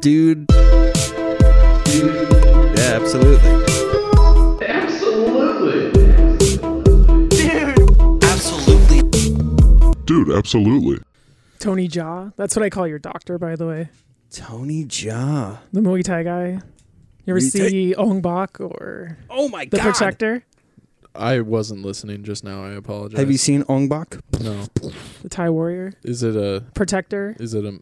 dude. dude. Yeah, absolutely. Dude, absolutely. Tony Jaw. That's what I call your doctor, by the way. Tony Jaa. The Muay Thai guy. You ever Muay Thai- see Ong Bak or Oh my The god. Protector? I wasn't listening just now. I apologize. Have you seen Ong Bak? No. The Thai warrior? Is it a? Protector? Is it a?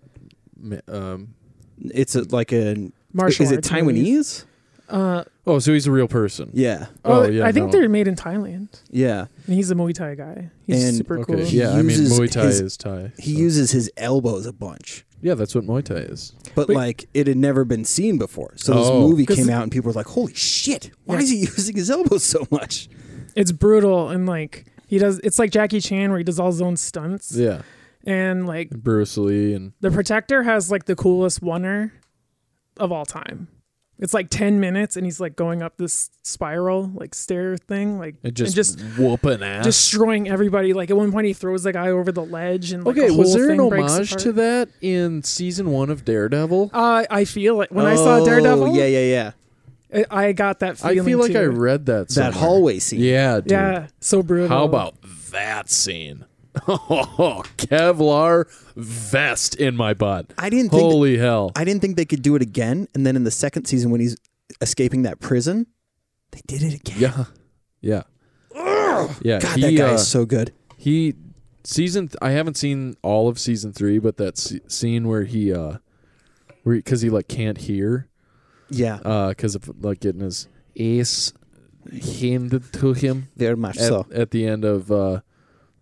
ma- Um. It's a, like a Martial Is it arts Taiwanese? movies. Uh, Oh, so he's a real person. Yeah. oh, Oh, yeah, I think no. they're made in Thailand. Yeah. And he's a Muay Thai guy. He's And- super Okay. cool. He Yeah. I mean, uses Muay Thai his- is Thai. He so- uses his elbows a bunch. Yeah, that's what Muay Thai is. But Wait. like it had never been seen before. So this Oh. movie 'Cause- came out and people were like, Holy shit, why Yeah. is he using his elbows so much? It's brutal and like he does it's like Jackie Chan where he does all his own stunts. Yeah. And like Bruce Lee and the protector has like the coolest oneer of all time. It's like ten minutes and he's like going up this spiral, like stair thing, like and just, and just whooping ass. destroying everybody. Like at one point, he throws the guy over the ledge, and like, okay, the was whole there an thing breaks homage to apart. that in season one of Daredevil? Uh, I feel it when I saw Oh, Daredevil. Yeah, yeah, yeah. I- I got that I feeling. feel like too. I read that. Somewhere. That hallway scene. Yeah. Dude. Yeah, so brutal. How about that scene? Oh, Kevlar vest in my butt. I didn't think Holy hell. I didn't think they could do it again. And then in the second season when he's escaping that prison, they did it again. yeah. Yeah. Yeah. God, he, that guy uh, is so good. he season th- I haven't seen all of season 3, but that se- scene where he uh where cuz he like can't hear Yeah. uh cuz of like getting his ace handed to him Very much at, so. at the end of uh,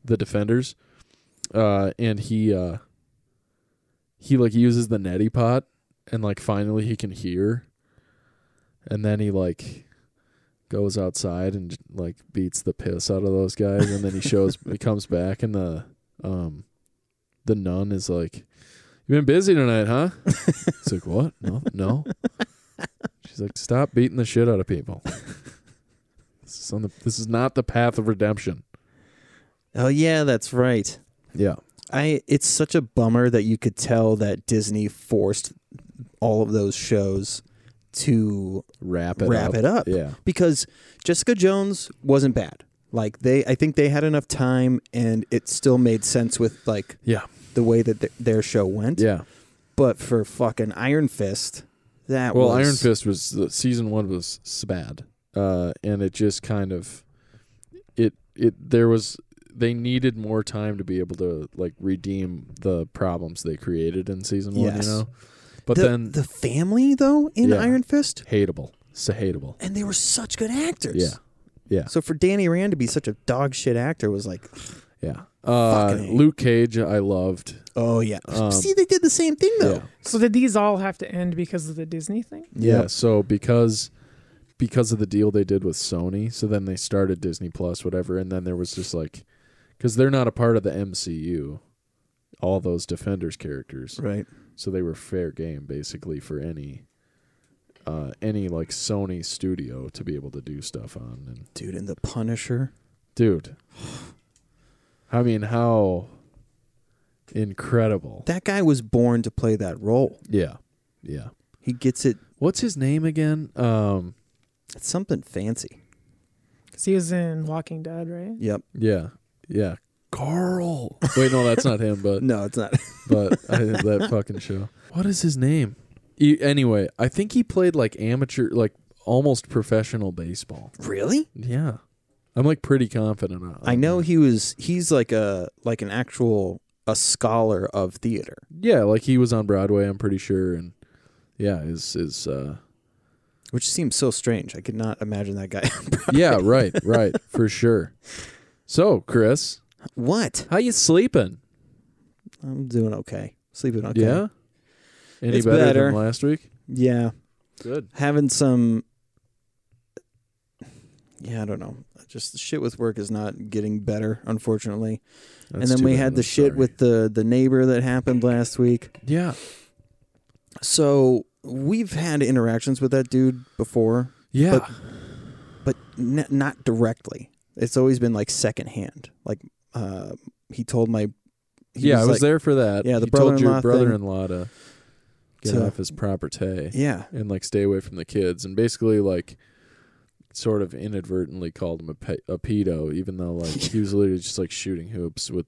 the defenders, uh, and he uh, he like uses the neti pot, and like finally he can hear, and then he like goes outside and like beats the piss out of those guys, and then he shows he comes back, and the um the nun is like, "You've been busy tonight, huh?" It's like, "What? No, no." She's like, "Stop beating the shit out of people." This is, on the, this is not the path of redemption. Oh yeah, that's right. Yeah. I it's such a bummer that you could tell that Disney forced all of those shows to Wrap it wrap up. it up. Yeah. Because Jessica Jones wasn't bad. Like they I think they had enough time and it still made sense with like Yeah. the way that th- their show went. Yeah. But for fucking Iron Fist, that Well, was Iron Fist was the season 1 was s- bad. Uh and it just kind of it it there was they needed more time to be able to like redeem the problems they created in season 1, Yes. you know. But the, then the family though in Yeah. Iron Fist hateable. So hateable. and they were such good actors. Yeah. Yeah. So for Danny Rand to be such a dog shit actor was like, Yeah. Uh Fucking hate. Luke Cage I loved. oh yeah. Um, See, they did the same thing though. Yeah. So did these all have to end because of the Disney thing? Yeah. Yep. So because because of the deal they did with Sony, so then they started Disney Plus, whatever, and then there was just like because they're not a part of the MCU, all those Defenders characters, Right. so they were fair game basically for any uh any like Sony studio to be able to do stuff on. And Dude, and the Punisher. dude, I mean, how incredible! That guy was born to play that role. yeah, yeah. He gets it What's his name again? Um, it's something fancy. Because he was in Walking Dead, right? Yep. yeah, yeah. Carl. Wait, no, that's not him. But No, it's not. but I did that fucking show. What is his name? E anyway, I think he played like amateur, like almost professional baseball. really? Yeah, I'm like pretty confident. On I know he was he's like a like an actual a scholar of theater. Yeah, like he was on Broadway. I'm pretty sure, and yeah, is is uh, Which seems so strange. I could not imagine that guy. yeah, right, right, for sure. So, Chris, what? how you sleeping? I'm doing okay. Sleeping okay. Yeah, any It's better, better. than last week? Yeah. Good. having some yeah i don't know just the shit with work is not getting better unfortunately and then we had the shit with the the neighbor that happened last week yeah, so we've had interactions with that dude before yeah, But- but n- not directly it's always been like secondhand like uh he told my he yeah. I was like, there for that. Yeah, the You told your brother-in-law thing. brother-in-law to get to- off his property Yeah. and like stay away from the kids and basically like sort of inadvertently called him a, pe- a pedo even though like he was literally just like shooting hoops with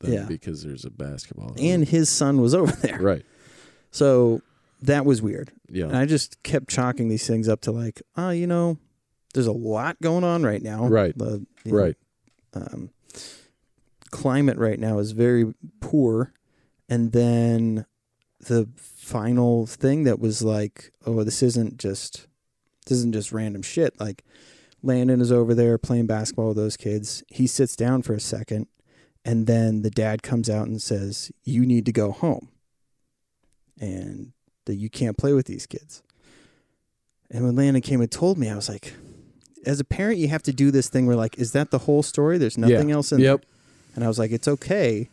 them Yeah. because there's a basketball And his son was over there. right So that was weird. yeah And I just kept chalking these things up to like, oh, you know, there's a lot going on right now. Right. The, the, right Um, climate right now is very poor. And then the final thing that was like, oh, this isn't just this isn't just random shit. Like Landon is over there playing basketball with those kids. He sits down for a second, and then the dad comes out and says, "You need to go home." And that you can't play with these kids. And when Landon came and told me, I was like, as a parent, you have to do this thing where like, is that the whole story? There's nothing yeah. else in there. yep And I was like, it's okay.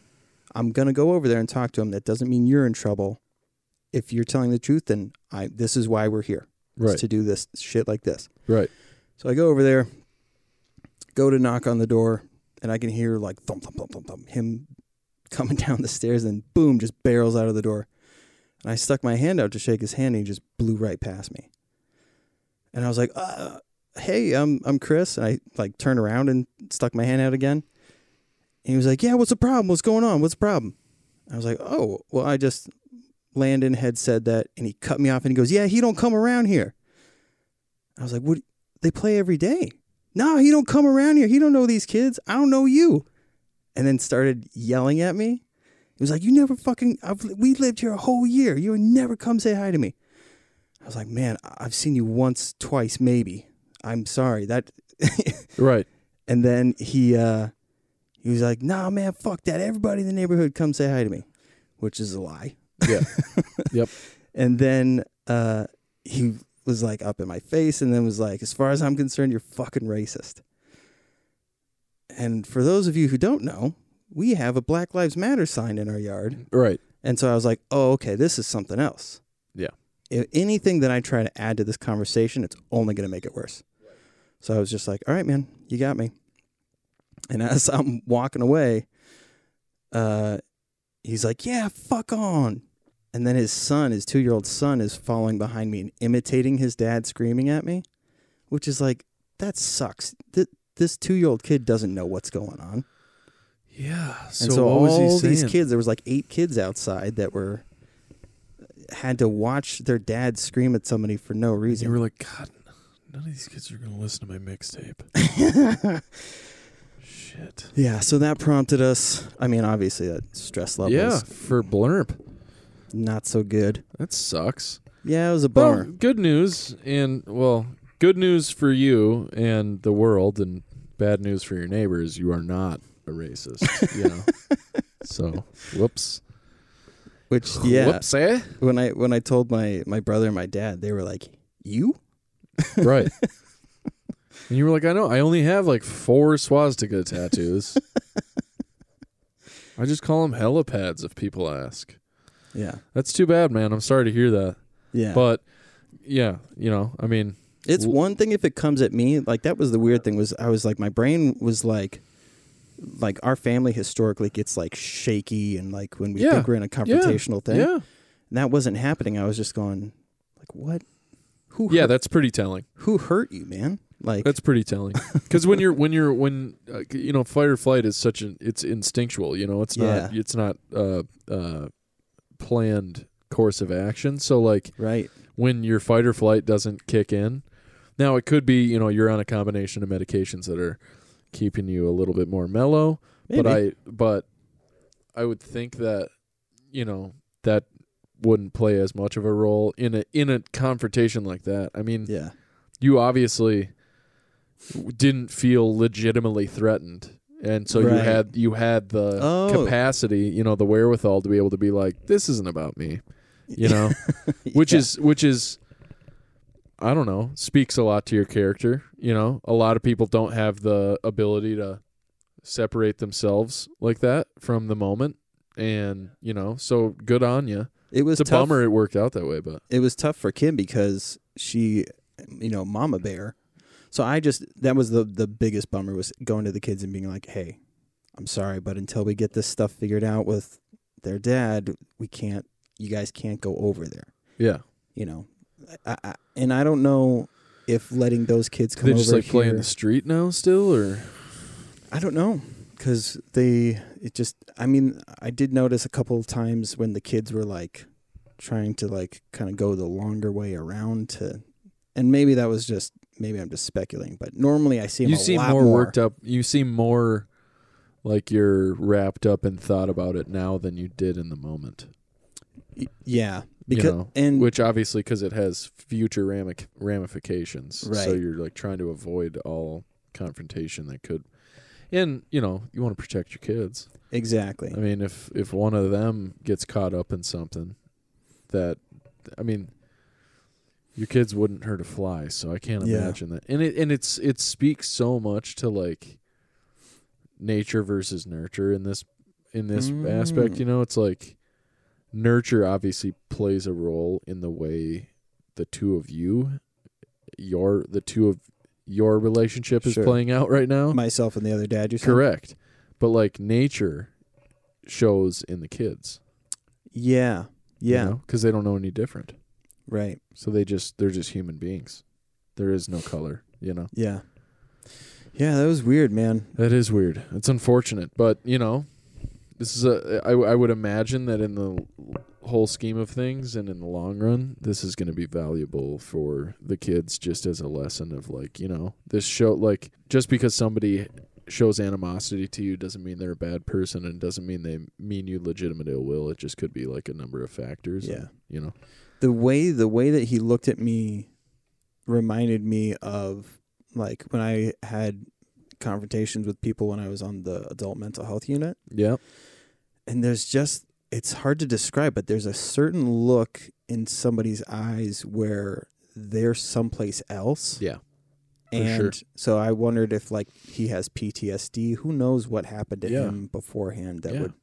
I'm gonna go over there and talk to him. That doesn't mean you're in trouble. If you're telling the truth, then I this is why we're here is right to do this shit like this. right So I go over there, go to knock on the door, and I can hear like thump thump thump thump thump him coming down the stairs, and boom, just barrels out of the door. And I stuck my hand out to shake his hand, and he just blew right past me. And I was like, uh, "Hey, I'm I'm Chris," and I like turned around and stuck my hand out again. And he was like, "Yeah, what's the problem? What's going on? What's the problem?" I was like, "Oh, well, I just." Landon had said that, and he cut me off, and he goes, "Yeah, he don't come around here." I was like, "What? They play every day. No, he don't come around here. He don't know these kids. I don't know you." And then started yelling at me. He was like, "You never fucking. I've, we lived here a whole year. You never come say hi to me." I was like, "Man, I- I've seen you once, twice, maybe. I'm sorry that." right and then he uh, he was like, "Nah, man, fuck that. Everybody in the neighborhood come say hi to me," which is a lie. yeah And then uh, he was like up in my face and then was like, as far as I'm concerned, you're fucking racist. And for those of you who don't know, we have a Black Lives Matter sign in our yard. right And so I was like, oh, okay, this is something else. Yeah. If anything that I try to add to this conversation, it's only going to make it worse. So I was just like, all right, man, you got me. And as I'm walking away, uh, he's like, yeah, fuck on. And then his son, his two year old son, is following behind me and imitating his dad screaming at me, which is like, that sucks. Th- this two year old kid doesn't know what's going on. yeah so, And so, all what was he these saying? kids, there was like eight kids outside that were had to watch their dad scream at somebody for no And you reason. were like god none of these kids are gonna listen to my mixtape shit yeah, so that prompted us. I mean, obviously that stress level yeah is for blurb not so good. that sucks Yeah, it was a Well, bummer. good news, and well, good news for you and the world, and bad news for your neighbors. You are not a racist, you know. So, whoops, Which yeah, whoops, eh? when I when I told my my brother and my dad, they were like, "You?" Right. and you were like, I know, I only have like four swastika tattoos. I just call them helipads if people ask. Yeah, That's too bad, man. I'm sorry to hear that, yeah. but yeah, you know, I mean, It's W- one thing if it comes at me. Like that was the weird thing was I was like my brain was like like our family historically gets like shaky and like when we Yeah. think we're in a confrontational thing. yeah, And that wasn't happening. I was just going like what who yeah, hurt, that's pretty telling. who hurt you, man? Like That's pretty telling. Because when you're when you're when uh, you know fight or flight is such an it's instinctual. You know, it's not it's not uh, uh, planned course of action. So like right. when your fight or flight doesn't kick in, now it could be you know you're on a combination of medications that are keeping you a little bit more mellow Maybe. but I but I would think that you know that wouldn't play as much of a role in a in a confrontation like that. I mean, yeah. you obviously w- didn't feel legitimately threatened and so you Right. had you had the Oh. capacity you know the wherewithal to be able to be like this isn't about me you know which Yeah. is which is i don't know speaks a lot to your character you know a lot of people don't have the ability to separate themselves like that from the moment and you know so good on you it was it's a tough. bummer it worked out that way but it was tough for Kim because she, you know, mama bear. So I just that was the the biggest bummer was going to the kids and being like, "Hey, I'm sorry, but until we get this stuff figured out with their dad, we can't. you guys can't go over there. Yeah. You know, I, I, and I don't know if letting those kids come they over just like play in here- the street now still or I don't know because they it just I mean I did notice a couple of times when the kids were like trying to like kind of go the longer way around to and maybe that was just maybe I'm just speculating but normally I see 'em you a seem lot more, worked up you seem more like you're wrapped up and thought about it now than you did in the moment Y- yeah you because know, and which obviously because it has future ramic- ramifications so Right. you're like trying to avoid all confrontation that could and you know you want to protect your kids exactly I mean, if if one of them gets caught up in something, that I mean, your kids wouldn't hurt a fly, so I can't Yeah. imagine that. And it and it's it speaks so much to like nature versus nurture in this in this Mm. aspect. You know, it's like nurture obviously plays a role in the way the two of you, your the two of your relationship is Sure. playing out right now. myself and the other dad you said? oh. Correct. But like nature shows in the kids. yeah yeah Because they don't know any different. right So they just they're just human beings. There is no color, you know. yeah yeah that was weird man That is weird. It's unfortunate, but you know, this is a I I would imagine that in the whole scheme of things and in the long run, this is going to be valuable for the kids just as a lesson of like, you know, this show like just because somebody shows animosity to you doesn't mean they're a bad person and doesn't mean they mean you legitimate ill will. It just could be like a number of factors. yeah and, you know. the way the way that he looked at me reminded me of like when I had confrontations with people when I was on the adult mental health unit Yeah. and there's just it's hard to describe but there's a certain look in somebody's eyes where they're someplace else Yeah. For sure. and so I wondered if like he has PTSD who knows what happened to Yeah. him beforehand that Yeah. would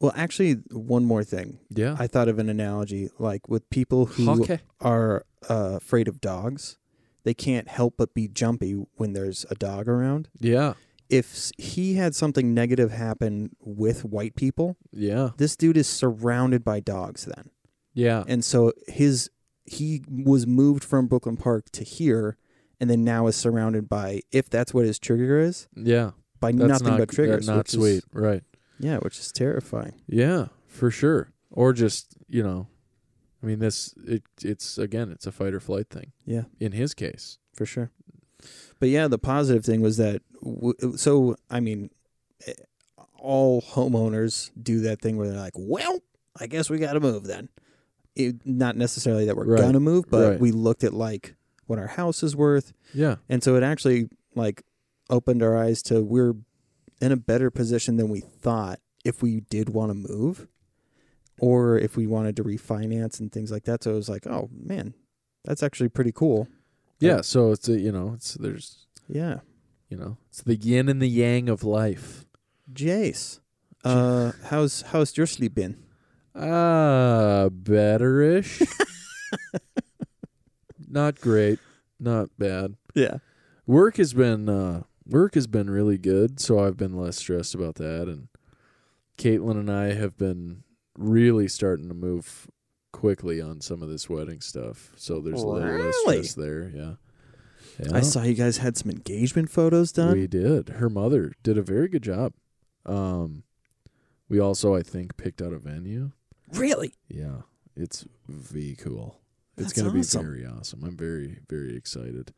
well actually one more thing Yeah. I thought of an analogy like with people who Okay. are uh, afraid of dogs. They can't help but be jumpy when there's a dog around. Yeah. If s- he had something negative happen with white people, Yeah. this dude is surrounded by dogs then. Yeah. And so his he was moved from Brooklyn Park to here and then now is surrounded by if that's what his trigger is, Yeah. by That's nothing not, uh, but triggers. Not which is- sweet. right. yeah, which is terrifying. Yeah, for sure. Or just you know, I mean, this it it's again, it's a fight or flight thing. Yeah. In his case, for sure. But yeah, the positive thing was that. W- so I mean, eh, all homeowners do that thing where they're like, "Well, I guess we got to move then." It, not necessarily that we're Right, gonna move, but right. we looked at like what our house is worth, yeah, and so it actually like opened our eyes to we're in a better position than we thought if we did want to move, or if we wanted to refinance and things like that. So it was like, oh man, that's actually pretty cool. yeah. So it's a you know, it's there's Yeah. you know, it's the yin and the yang of life. Jace, uh, how's how's your sleep been? Ah, betterish. not great, not bad. Yeah, Work has been uh, work has been really good, so I've been less stressed about that. And Caitlin and I have been really starting to move quickly on some of this wedding stuff, so there's a little less Really? stress there. Yeah, yeah I saw you guys had some engagement photos done. we did. Her mother did a very good job. Um, we also, I think, picked out a venue. really? Yeah, it's v cool. it's That's gonna awesome. be very awesome. I'm very very excited.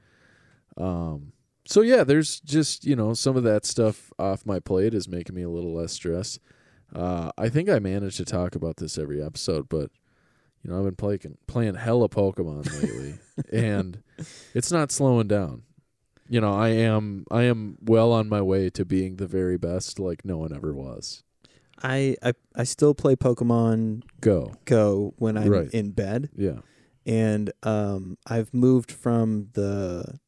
Um, so yeah, there's just you know some of that stuff off my plate is making me a little less stressed. Uh, I think I managed to talk about this every episode, but you know I've been playing playing hella Pokemon lately, and it's not slowing down. You know I am I am well on my way to being the very best like no one ever was. I, I I still play Pokemon Go Go when I'm Right. in bed, yeah and um, I've moved from the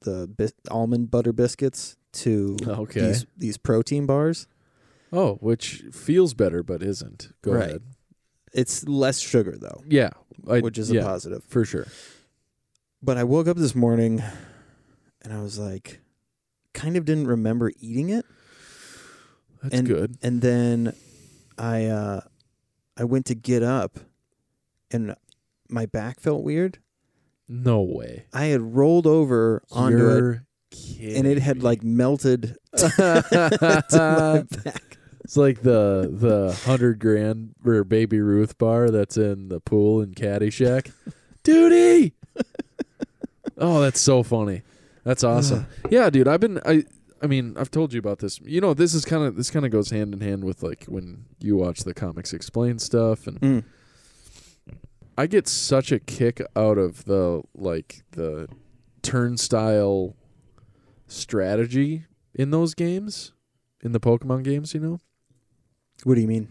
the bis- almond butter biscuits to okay these these protein bars. Oh, which feels better but isn't. Go Right. ahead. It's less sugar though, Yeah, I, which is yeah, a positive. for sure. but I woke up this morning and I was like, kind of didn't remember eating it. That's And- good. And then I uh, I went to get up and my back felt weird. No way. I had rolled over onto it You're kidding. and it had me. like melted to my back. It's like the the hundred grand or baby Ruth bar that's in the pool in Caddyshack. Duty. oh, that's so funny. That's awesome. yeah, dude. I've been I I mean I've told you about this. You know this is kind of this kind of goes hand in hand with like when you watch the comics explain stuff and Mm. I get such a kick out of the like the turnstile strategy in those games, in the Pokemon games, you know. What do you mean?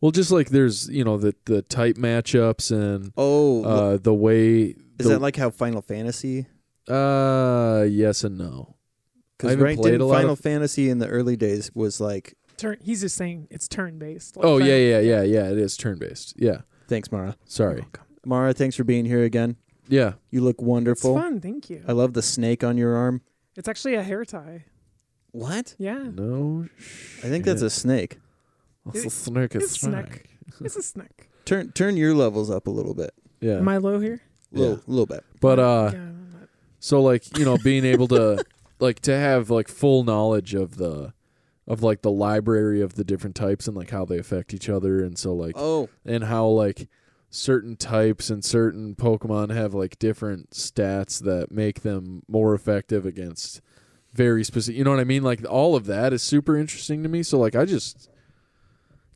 Well, just like there's you know the the type matchups and Oh, look, uh, the way is the- that like how Final Fantasy? uh yes and no. I Because haven't right, played didn't a lot Final of- Fantasy in the early days was like, Turn. He's just saying it's turn based. Oh yeah yeah yeah yeah it is turn based. Yeah, thanks, Mara. sorry. Mara, thanks for being here again. Yeah, You look It's wonderful. fun. Thank you. I love the snake on your arm. It's actually a hair tie. What? Yeah, no. Hmm. I think that's a snake. that's a snark. it's snack. it's a snack. Turn turn your levels up a little bit. Yeah, Am I low here? Little Yeah. little bit. but uh, yeah, I'm not- so like you know being able to like to have like full knowledge of the of like the library of the different types and like how they affect each other and so like Oh, and how like certain types and certain Pokemon have like different stats that make them more effective against very specific. You know what I mean? Like all of that is super interesting to me. So like I just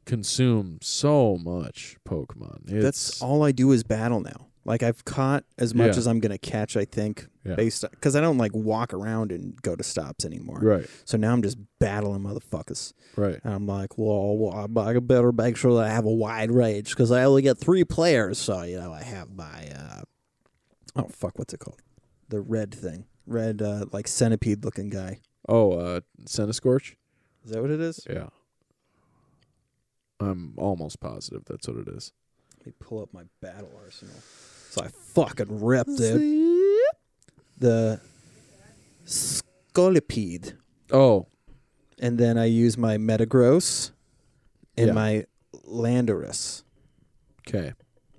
consume so much Pokemon. It's, that's all I do is battle now. Like I've caught as much Yeah. as I'm gonna catch. I think Yeah. based because I don't like walk around and go to stops anymore. right, So now I'm just battling motherfuckers. right. And I'm like, well, well, I'm- I better make sure that I have a wide range because I only get three players. So you know, I have my uh, oh fuck, what's it called? The red thing, red uh, like centipede looking guy. Oh, uh, Scorch. Is that what it is? Yeah. I'm almost positive that's what it is. Let me pull up my battle arsenal. So I fucking rip, dude. The Scolipede. Oh, And then I use my Metagross and Yeah. my Landorus. okay.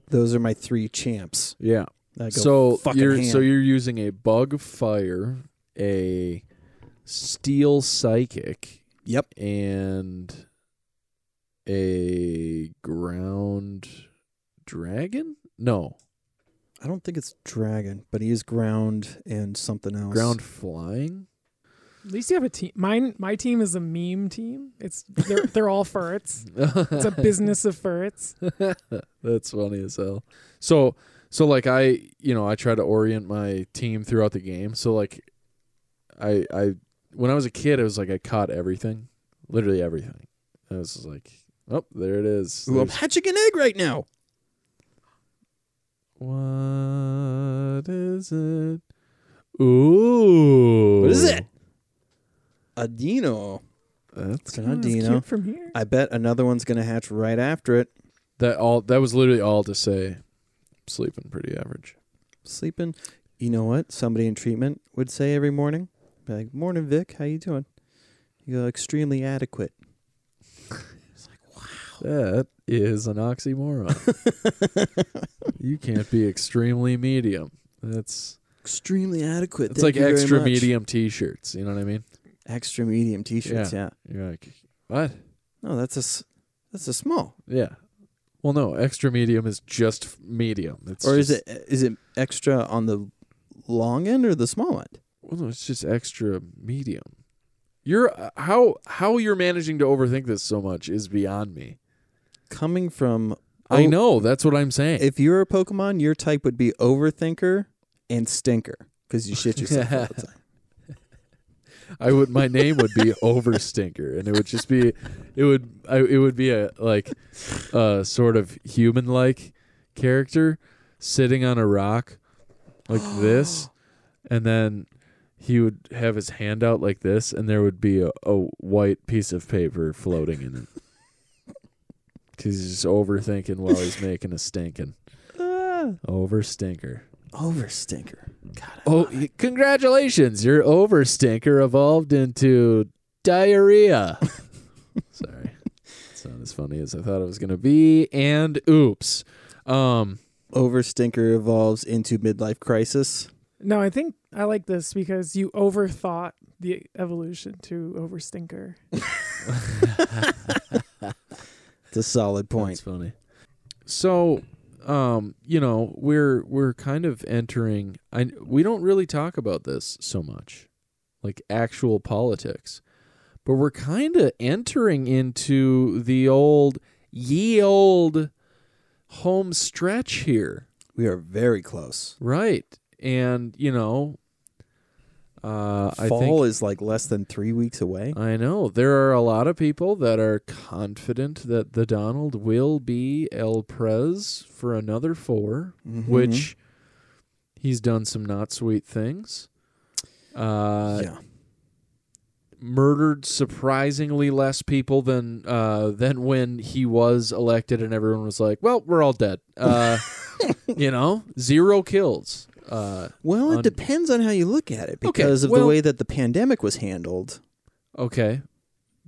Those are my three champs. Yeah. I go so fucking you're ham. so you're using a bug fire, a steel psychic, Yep. and a ground dragon. No, I don't think it's dragon, but he is ground and something else. ground flying. At least you have a team. Mine, my team is a meme team. It's they're they're all ferrets. It's a business of ferrets. That's funny as hell. So so like I you know I try to orient my team throughout the game. So like I I when I was a kid it was like I caught everything, literally everything. I was just like, oh there it is. Ooh, I'm There's- hatching an egg right now. What is it? Ooh, What is it? A dino. That's An Oh, That's Adino. cute from here. I bet another one's gonna hatch right after it. that all. That was literally all to say. Sleeping pretty average. sleeping. You know what? Somebody in treatment would say every morning, be like, "Morning, Vic. How you doing?" You go, "Extremely adequate." That is an oxymoron. you can't be extremely medium. That's Extremely adequate. it's Thank like you very extra much. medium T-shirts. You know what I mean? Extra medium T-shirts. Yeah. You're like what? No, that's a s- that's a small. Yeah. Well, no, extra medium is just f- medium. It's or is just- it is it extra on the long end or the small end? Well, no, it's just extra medium. You're uh, how how you're managing to overthink this so much is beyond me. Coming from I Oh. know that's what I'm saying. if you're a Pokemon, your type would be overthinker and stinker because you shit yourself all the time. I would my name would be Overstinker, and it would just be it would I, it would be a like a sort of human like character sitting on a rock like this, and then he would have his hand out like this, and there would be a, a white piece of paper floating in it. Cause he's just overthinking while he's making a stinking Ah. overstinker. Overstinker. God. Oh, y- congratulations! Your overstinker evolved into diarrhea. Sorry, It's not as funny as I thought it was gonna be. And oops. Um, Over stinker evolves into midlife crisis. No, I think I like this because you overthought the evolution to overstinker. It's a solid That's point. funny. So, um, you know, we're we're kind of entering. I we don't really talk about this so much, like actual politics, but we're kind of entering into the old ye old home stretch here, We are very close. right? And you know, uh, I Fall think is like less than three weeks away. I know. There are a lot of people that are confident that the Donald will be El Prez for another 4 Mm-hmm. which he's done some not sweet things. Uh, yeah, Murdered surprisingly less people than uh, than when he was elected, and everyone was like, "Well, we're all dead." Uh, you know, zero kills. Uh, well, un- it depends on how you look at it because of the well- way that the pandemic was handled. okay,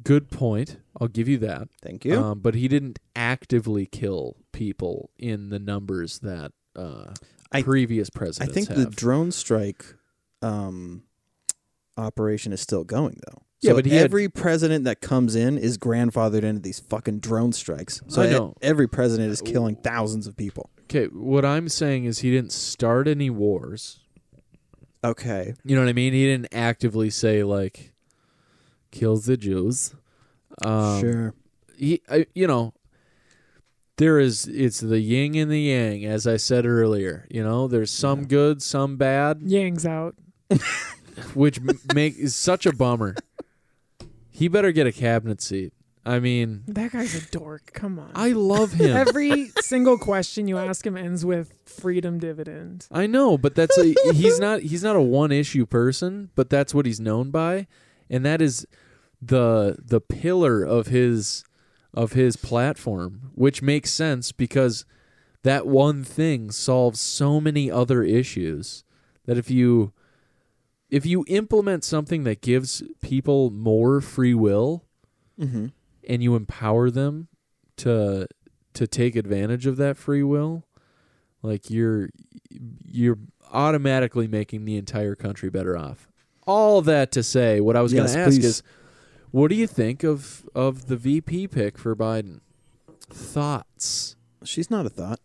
good point. I'll give you that. Thank you. Um, but he didn't actively kill people in the numbers that uh, I- previous I presidents think have. the drone strike um, operation is still going though. Yeah, So but he had- every president that comes in is grandfathered into these fucking drone strikes. So I Uh, e- know. every president is killing thousands of people. okay, what I'm saying is he didn't start any wars. Okay. You know what I mean? He didn't actively say like kills the Jews. Um, sure. He, I, you know, there is it's the yin and the yang, as I said earlier. You know, there's some good, some bad. Yang's out. which m- make is such a bummer. He better get a cabinet seat. I mean, That guy's a dork. Come on. I love him. Every single question you ask him ends with freedom dividend. I know, but that's a he's not he's not a one issue person, but that's what he's known by, and that is the the pillar of his of his platform, which makes sense because that one thing solves so many other issues that if you if you implement something that gives people more free will, Mm-hmm. and you empower them to to take advantage of that free will like you're you're automatically making the entire country better off all that to say what i was Yes, going to ask please. is what do you think of of the vp pick for biden thoughts She's not a thought.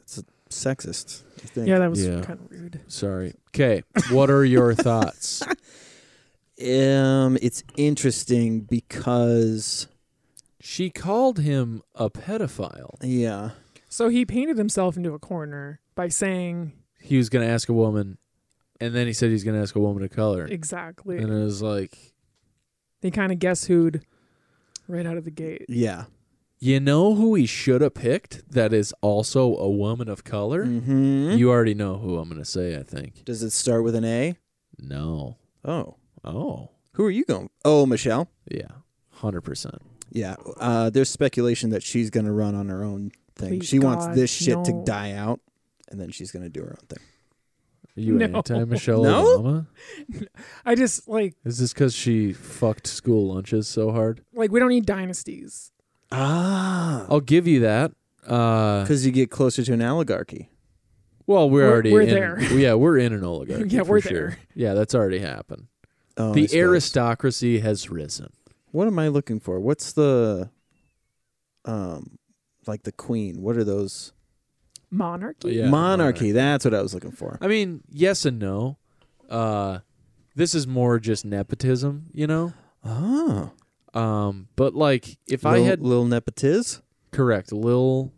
It's a sexist. I think. Yeah, that was Yeah. kind of rude. sorry okay what are your thoughts Um, it's interesting because she called him a pedophile yeah, So he painted himself into a corner by saying he was going to ask a woman and then he said he's going to ask a woman of color exactly. and it was like they kind of guess who'd right out of the gate. yeah. You know who he should have picked that is also a woman of color? Mm-hmm. You already know who I'm going to say, I think. Does it start with an A? No. Oh, Oh. who are you going? Oh, Michelle. Yeah. 100%. Yeah, uh, there's speculation that she's going to run on her own thing. Please, she wants God, this shit no. to die out, and then she's going to do her own thing. Are you No. anti Michelle No? Obama? I just like Is this because she fucked school lunches so hard? like we don't need dynasties. Ah, I'll give you that. Uh, because you get closer to an oligarchy. well, we're, We're- already we're in, there. Yeah, we're in an oligarchy. Yeah, for we're sure. there. Yeah, that's already happened. Oh, I the suppose. aristocracy has risen. What am I looking for? What's the, um, like the queen? What are those? Monarchy. Yeah, monarchy. That's what I was looking for. I mean, yes and no. Uh, this is more just nepotism, you know. Oh, Um, but like, if I Lil- had Lil nepotiz. correct, Lil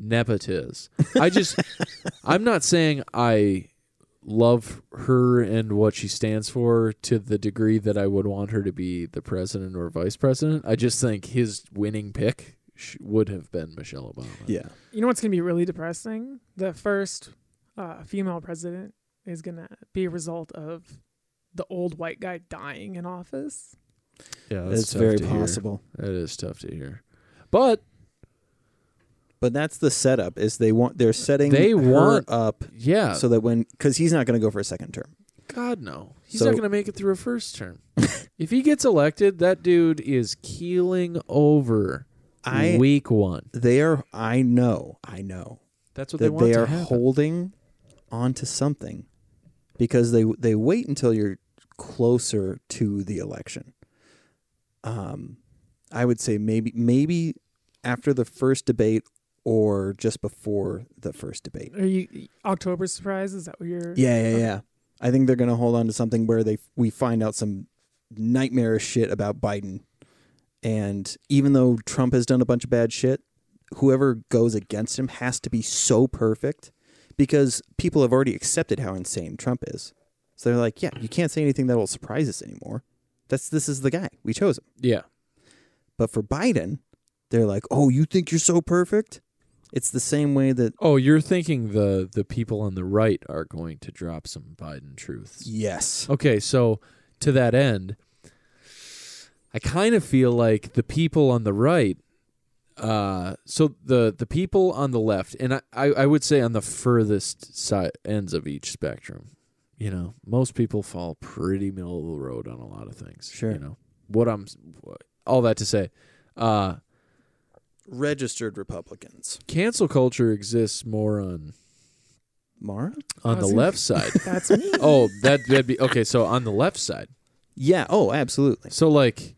nepotiz. I just, I'm not saying I love her and what she stands for to the degree that I would want her to be the president or vice president. I just think his winning pick sh- would have been Michelle Obama. Yeah. You know what's gonna be really depressing? The first uh, female president is gonna be a result of the old white guy dying in office. yeah, that's It's tough very to hear. possible. That is tough to hear, but But that's the setup. Is they want they're setting They her want- up yeah, so that when because he's not going to go for a second term. God no. He's So- not going to make it through a first term. if he gets elected, that dude is keeling over I week 1. they are I know, I know That's what they that want they to are happen. holding onto something because they they wait until you're closer to the election. Um, I would say maybe maybe after the first debate or just before the first debate. Are you October surprise? Is that what you're? Yeah, yeah, yeah. I think they're going to hold on to something where they we find out some nightmarish shit about Biden. And even though Trump has done a bunch of bad shit, whoever goes against him has to be so perfect because people have already accepted how insane Trump is. So they're like, yeah, you can't say anything that will surprise us anymore. That's this is the guy. We chose him. Yeah. But for Biden, they're like, "Oh, you think you're so perfect?" It's the same way that Oh, you're thinking the the people on the right are going to drop some Biden truths. yes. Okay, so to that end, I kind of feel like the people on the right, uh, so the the people on the left, and I, I, I would say on the furthest side ends of each spectrum, you know, most people fall pretty middle of the road on a lot of things. Sure. you know what I'm, all that to say, uh, Registered Republicans. cancel culture exists more on Mara? on the Awesome. left side. That's me. oh, that that'd be okay. So on the left side. Yeah. Oh, absolutely. So like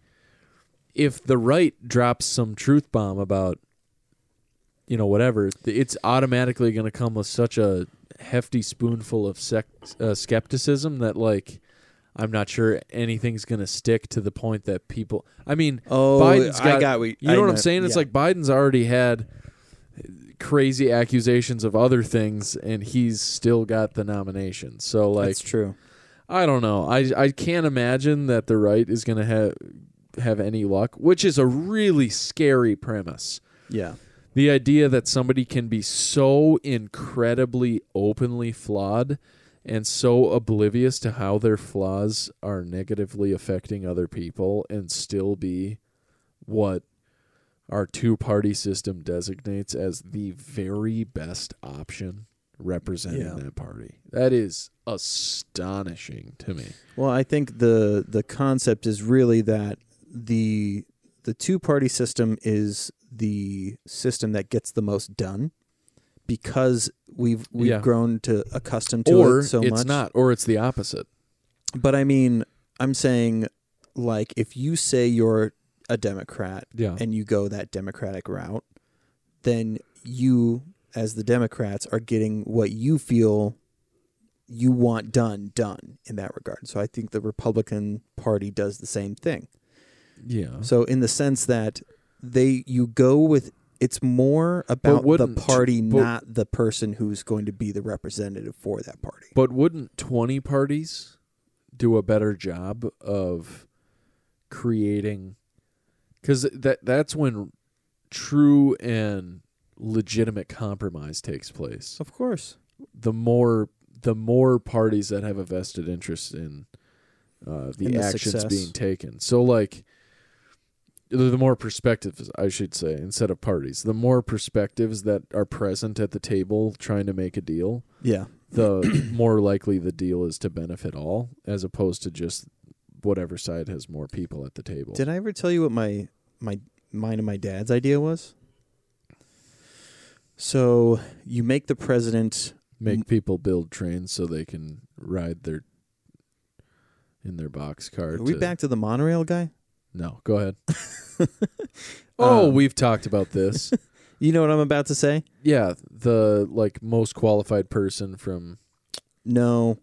if the right drops some truth bomb about you know whatever, th- it's automatically going to come with such a hefty spoonful of sec- uh, skepticism that like I'm not sure anything's going to stick to the point that people I mean, Oh, Biden's I got- got what you know what I'm saying? It's like Biden's already had crazy accusations of other things and he's still got the nomination. So like that's true. I don't know. I I can't imagine that the right is going to have have any luck, which is a really scary premise. Yeah. The idea that somebody can be so incredibly openly flawed and so oblivious to how their flaws are negatively affecting other people and still be what our two-party system designates as the very best option representing Yeah. that party. That is astonishing to me. Well, I think the the concept is really that the the two party system is the system that gets the most done because we've we've Yeah. grown to accustomed to or it so it's much. not, or it's the opposite. But I mean, I'm saying like if you say you're a Democrat Yeah. and you go that democratic route, then you as the Democrats are getting what you feel you want done done in that regard. So I think the Republican Party does the same thing. yeah. So in the sense that they you go with it's more about the wouldn't- party, but- not the person who's going to be the representative for that party. But wouldn't 20 parties do a better job of creating cuz that that's when true and legitimate compromise takes place. Of course. The more the more parties that have a vested interest in uh, the In the actions success. being taken. So like the the more perspectives I should say instead of parties, the more perspectives that are present at the table trying to make a deal, Yeah. the more likely the deal is to benefit all as opposed to just whatever side has more people at the table. Did I ever tell you what my my mine and my dad's idea was? So you make the president Make people build trains so they can ride their in their box car. Are we to- back to the monorail guy? No, go ahead. oh, Um, we've talked about this. You know what I'm about to say? yeah, the like most qualified person from No.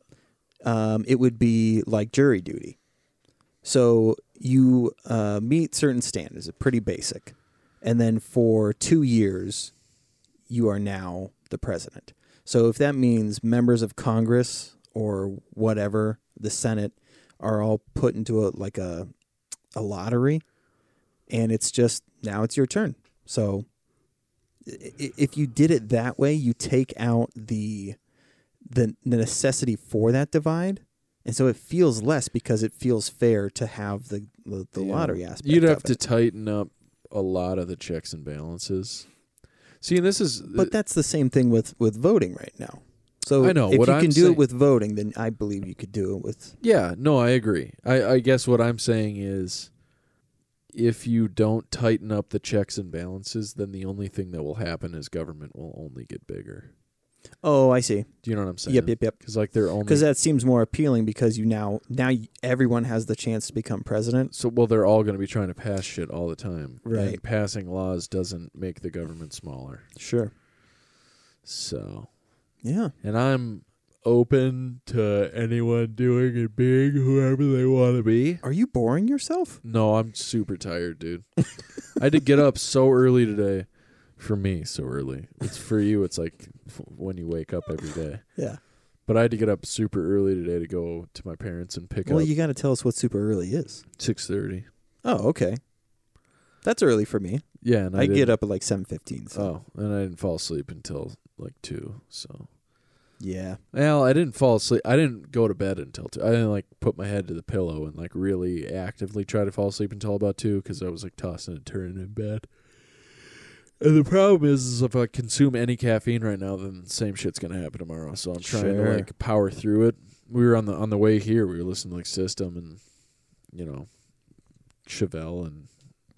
Um, it would be like jury duty. So you uh, meet certain standards, pretty basic. And then for two years, you are now the president. So if that means members of Congress or whatever, the Senate, are all put into a like a a lottery, and it's just now it's your turn. So i- i- if you did it that way, you take out the the, the necessity for that divide, and so it feels less because it feels fair to have the the, the Yeah. lottery aspect. You'd of have to it. tighten up a lot of the checks and balances. See, and this is Uh, but that's the same thing with with voting right now. So I know, if what you I'm can do saying- it with voting, then I believe you could do it with. Yeah, no, I agree. I, I guess what I'm saying is if you don't tighten up the checks and balances, then the only thing that will happen is government will only get bigger. Oh, I see. Do you know what I'm saying? Yep, yep, yep. Because like they're only Because that seems more appealing because you now now you, everyone has the chance to become president. so well they're all going to be trying to pass shit all the time. Right. And passing laws doesn't make the government smaller. Sure. So, Yeah. and I'm open to anyone doing it big, whoever they want to be. Are you boring yourself? No, I'm super tired, dude. I had to get up so early today. For me, so early. It's for you. It's like f- when you wake up every day. Yeah. But I had to get up super early today to go to my parents and pick Well, up you got to tell us what super early is. six thirty. Oh, okay. That's early for me. Yeah, and I, I, get didn't- up at like seven fifteen. So Oh, and I didn't fall asleep until like two. So yeah, well, I didn't fall asleep. I didn't go to bed until two. I didn't like put my head to the pillow and like really actively try to fall asleep until about two because I was like tossing and turning in bed. And the problem is, is if I consume any caffeine right now, then the same shit's gonna happen tomorrow. So I'm trying Sure. to like power through it. We were on the on the way here. We were listening to like System and you know Chevelle and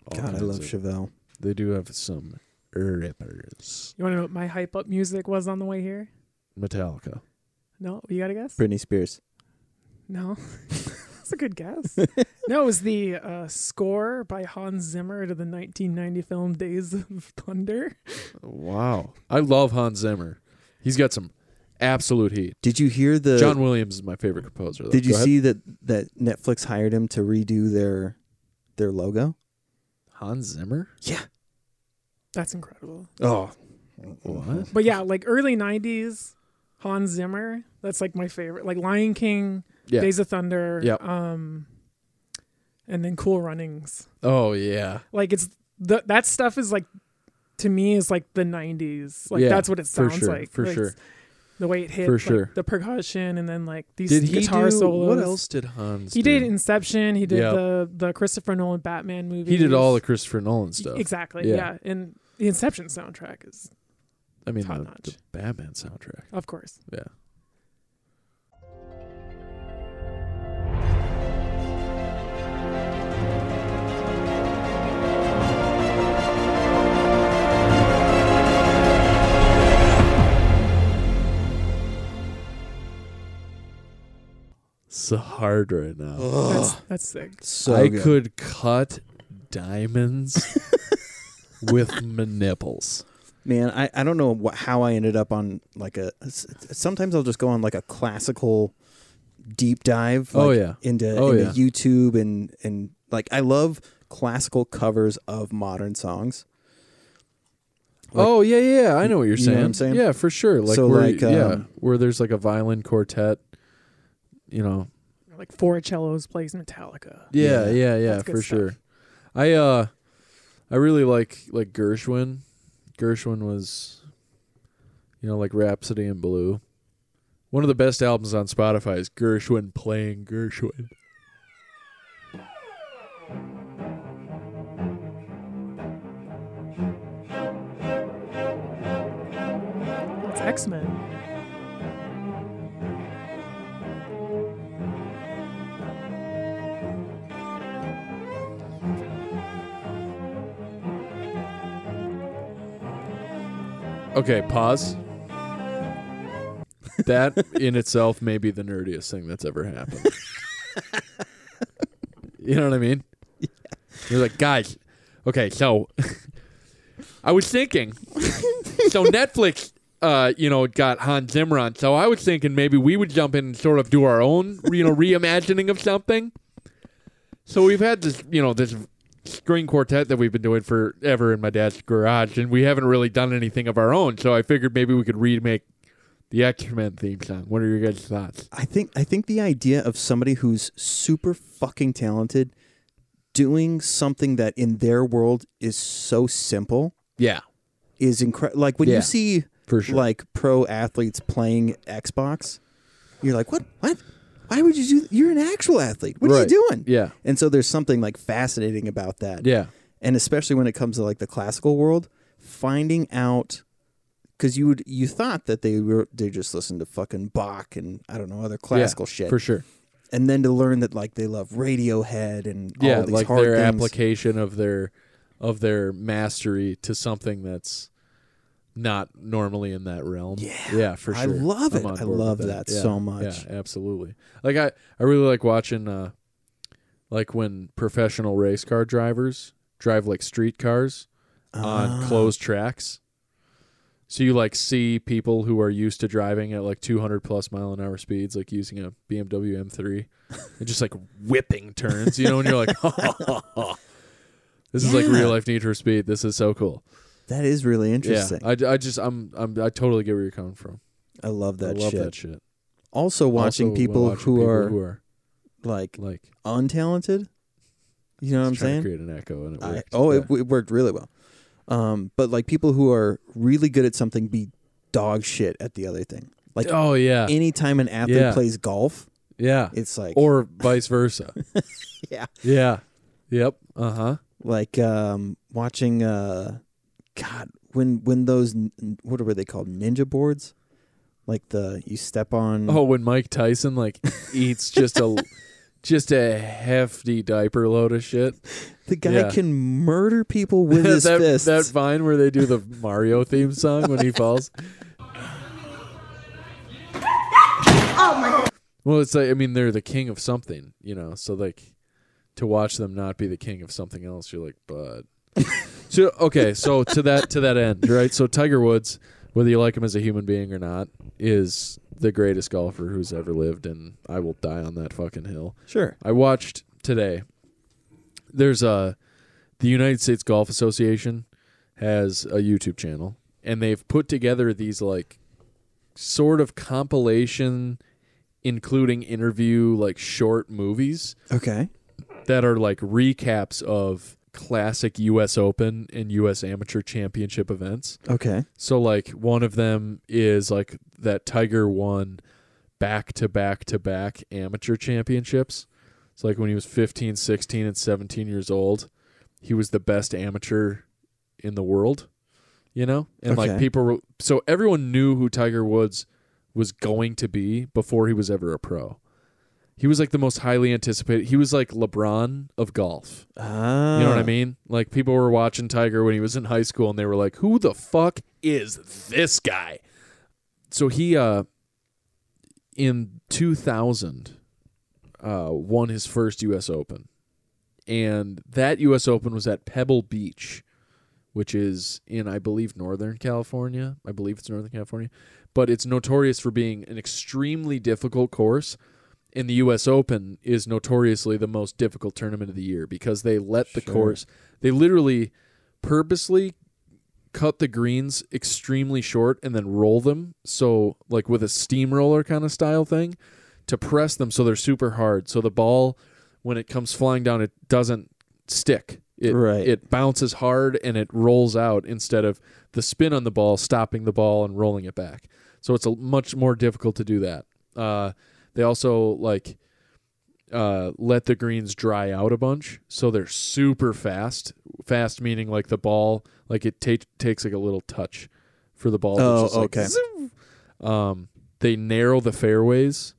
all God, I kinds love of- Chevelle. They do have some rippers. You want to know what my hype up music was on the way here? Metallica. No, you got to guess? Britney Spears. No. That's a good guess. no, it was the uh, score by Hans Zimmer to the 1990 film Days of Thunder. Wow. I love Hans Zimmer. He's got some absolute heat. Did you hear the? John Williams is my favorite composer. Though. Uh, did you Go ahead. see that that Netflix hired him to redo their their logo? Hans Zimmer? That's incredible. Oh, What? But yeah, like early 90s Hans Zimmer, that's like my favorite. Like Lion King, Yeah. Days of Thunder, Yep. um and then Cool Runnings. Oh yeah. Like it's the, that stuff is like to me is like the 90s. Like Yeah, that's what it For sounds sure. like. for Like, sure. The way it hit For like, sure. the percussion and then like these Did he guitar do solos. what else did Hans? He do? did Inception. He did Yeah. the the Christopher Nolan Batman movie. He did all the Christopher Nolan stuff. Exactly. Yeah. Yeah. And the Inception soundtrack is, I mean, Top the, notch. the Batman soundtrack. of course. Yeah. So hard right now. That's, that's sick. so I good. could cut diamonds with my nipples. Man, I, I don't know what, how I ended up on like a. s- Sometimes I'll just go on like a classical deep dive. Like Oh, yeah. into, Oh, into yeah. YouTube and and like I love classical covers of modern songs. Like- oh yeah, yeah, yeah, I know what you're You know saying. what I'm saying? Yeah, for sure. Like So, where, like, yeah, um, where there's like a violin quartet. You know. Like four cellos plays Metallica. Yeah. Yeah, yeah, yeah, That's good for stuff. sure. I uh, I really like like Gershwin. Gershwin was, you know, like Rhapsody in Blue. One of the best albums on Spotify is Gershwin playing Gershwin. It's X Men. Okay, pause. That in itself may be the nerdiest thing that's ever happened. you know what I mean? You're like, guys, okay, so I was thinking, so Netflix, uh, you know, got Hans Zimmer on, so I was thinking maybe we would jump in and sort of do our own, you know, reimagining of something. So we've had this, you know, this string quartet that we've been doing forever in my dad's garage, and we haven't really done anything of our own. So I figured maybe we could remake the X Men theme song. What are your guys' thoughts? I think I think the idea of somebody who's super fucking talented doing something that in their world is so simple Yeah, is incredible. Like when Yeah. you see for sure. like pro athletes playing Xbox, you're like, what? What? Why would you do? You're an actual athlete. What are Right. you doing? yeah, And so there's something like fascinating about that. yeah, And especially when it comes to like the classical world, finding out because you would you thought that they were they just listened to fucking Bach and I don't know other classical shit, for sure. and then to learn that like they love Radiohead and Yeah, all these like hard their things. application of their of their mastery to something that's not normally in that realm. Yeah. yeah, for sure. I love I'm it. on I board with love that, Yeah, so much. Yeah, absolutely. Like I, I really like watching, uh, like when professional race car drivers drive like street cars on Ah, closed tracks. So you like see people who are used to driving at like 200 plus mile an hour speeds, like using a BMW M3, and just like whipping turns, you know, and you're like, this is like Yeah. real life Need for Speed. This is so cool. That is really interesting. Yeah, I, I just I'm, I'm I totally get where you're coming from. I, love that I love shit. that shit. Also, watching Also, when people watching who people are who are like like untalented, you know what I'm trying saying? to create an echo and it I- worked. oh, yeah. it, it worked really well. Um, but like people who are really good at something be dog shit at the other thing. Like oh yeah, anytime an athlete Yeah. plays golf, yeah, it's like or vice versa. yeah, yeah, yep, uh huh. like um, watching uh, God when when those n- n- what were they called ninja boards? Like the you step on. Oh, when Mike Tyson like eats just a just a hefty diaper load of shit. the guy yeah. can murder people with his that, fists. that vine where they do the Mario theme song when he falls. Well, it's like I mean they're the king of something, you know. So like to watch them not be the king of something else, you're like, but so okay. So to that to that end, right? So Tiger Woods, whether you like him as a human being or not, is the greatest golfer who's ever lived, and I will die on that fucking hill. sure. I watched today. There's a the United States Golf Association has a YouTube channel and they've put together these like sort of compilation including interview like short movies Okay. that are like recaps of classic US Open and US Amateur Championship events. Okay. So like one of them is like that Tiger won back to back to back amateur championships. It's like when he was 15, 16 and 17 years old, he was the best amateur in the world, you know? And like Okay. people were, so everyone knew who Tiger Woods was going to be before he was ever a pro. He was like the most highly anticipated. He was like LeBron of golf. Ah. You know what I mean? Like people were watching Tiger when he was in high school and they were like, "Who the fuck is this guy?" So he uh in 2000 uh won his first US Open. And that US Open was at Pebble Beach, which is in I believe Northern California. I believe it's Northern California, but it's notorious for being an extremely difficult course and the U.S. Open is notoriously the most difficult tournament of the year because they let the Sure. course, they literally purposely cut the greens extremely short and then roll them. So, like with a steamroller kind of style thing, to press them so they're super hard. So the ball, when it comes flying down, it doesn't stick. It, Right. it bounces hard and it rolls out instead of the spin on the ball stopping the ball and rolling it back. So it's a much more difficult to do that. Uh, they also like uh, let the greens dry out a bunch, so they're super fast. Fast meaning like the ball, like it ta- takes like a little touch for the ball. to Oh, just, like, okay. zoom. um, they narrow the fairways,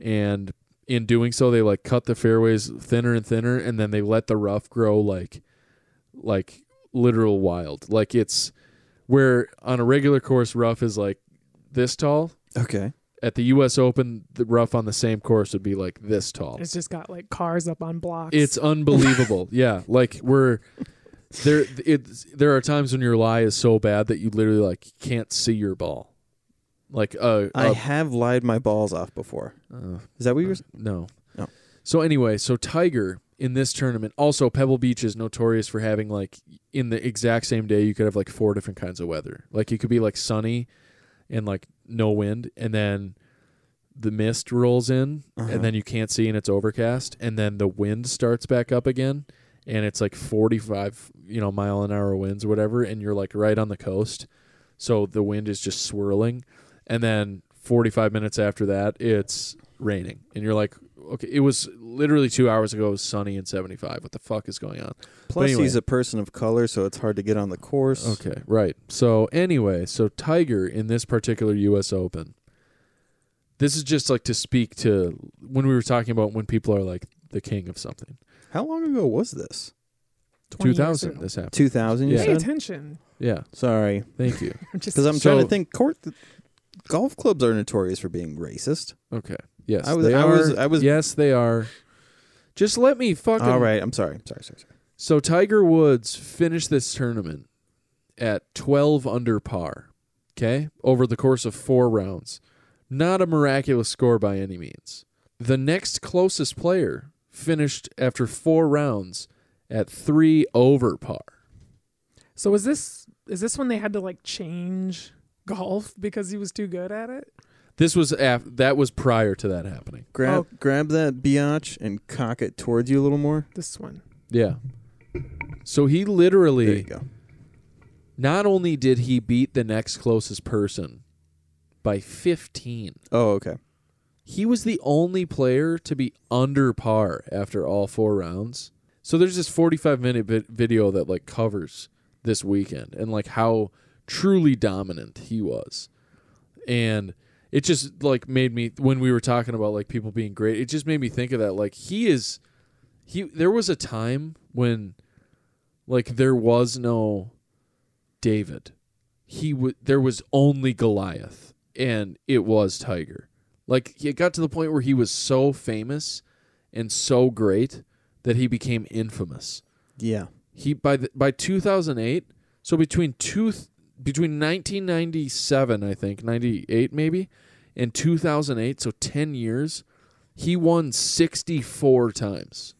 and in doing so, they like cut the fairways thinner and thinner, and then they let the rough grow like, like literal wild. Like it's where on a regular course, rough is like this tall Okay. at the U.S. Open, the rough on the same course would be like this tall. It's just got like cars up on blocks. It's unbelievable. yeah, like we're there. It's, there are times when your lie is so bad that you literally like can't see your ball. Like uh, I uh, have lied my balls off before. uh, Is that what you were? no. No. So anyway, so Tiger in this tournament also Pebble Beach is notorious for having like in the exact same day you could have like four different kinds of weather. Like it could be like sunny and like no wind and then the mist rolls in Uh-huh. and then you can't see and it's overcast and then the wind starts back up again and it's like 45 you know mile an hour winds or whatever and you're like right on the coast so the wind is just swirling and then 45 minutes after that it's raining and you're like okay, it was literally two hours ago. It was sunny and seventy five. What the fuck is going on? Plus, anyway. he's a person of color, so it's hard to get on the course. Okay, right. So anyway, so Tiger in this particular U.S. Open, this is just like to speak to when we were talking about when people are like the king of something. How long ago was this? 20 Two years thousand, ago. this happened. 2000, you Yeah. Pay said? attention. Yeah, Sorry. thank you. I'm just Because I'm trying to So- think. Court golf clubs are notorious for being racist. Okay. Yes, I was- they I are. was- I was- Yes, they are. Just let me fucking. All right, I'm sorry. I'm sorry. Sorry. sorry. So Tiger Woods finished this tournament at 12 under par, okay, over the course of four rounds. Not a miraculous score by any means. The next closest player finished after four rounds at three over par. So is this is this when they had to like change golf because he was too good at it? This was af- that was prior to that happening. Grab grab that biatch and cock it towards you a little more. This one. Yeah. So There he you literally go. not only did he beat the next closest person by 15. Oh, okay. he was the only player to be under par after all four rounds. So there's this 45 minute vi- video that like covers this weekend and like how truly dominant he was. And it just like made me when we were talking about like people being great, it just made me think of that like he is he there was a time when like there was no David. He w- there was only Goliath and it was Tiger. Like it got to the point where he was so famous and so great that he became infamous. Yeah. He by the, by 2008, so between two th- between 1997, I think, 98 maybe, and 2008, so 10 years, he won 64 times.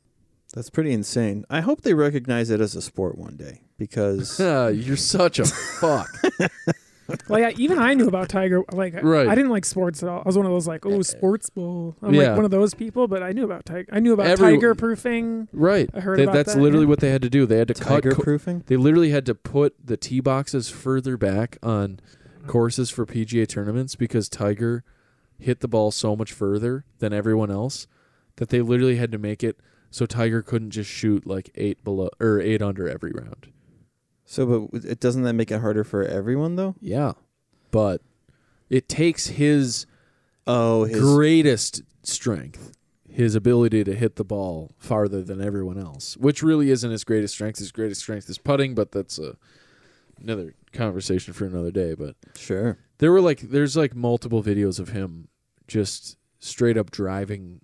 That's pretty insane. I hope they recognize it as a sport one day because Ah, You're such a fuck. Like I, even I knew about Tiger. Like I- Right. I didn't like sports at all. I was one of those like oh sports bull. I'm Yeah. like one of those people, but I knew about Tiger. I knew about Every- Tiger proofing. Right. I heard That- about that's that, literally yeah. what they had to do. They had to tiger cut co- proofing. They literally had to put the tee boxes further back on courses for PGA tournaments because Tiger hit the ball so much further than everyone else that they literally had to make it so Tiger couldn't just shoot like eight below or eight under every round. So, but w- it doesn't that make it harder for everyone though? Yeah, but it takes his, Oh, his, greatest strength, his ability to hit the ball farther than everyone else, which really isn't his greatest strength. His greatest strength is putting, but that's a, another conversation for another day. But sure. There were like there's like multiple videos of him just straight up driving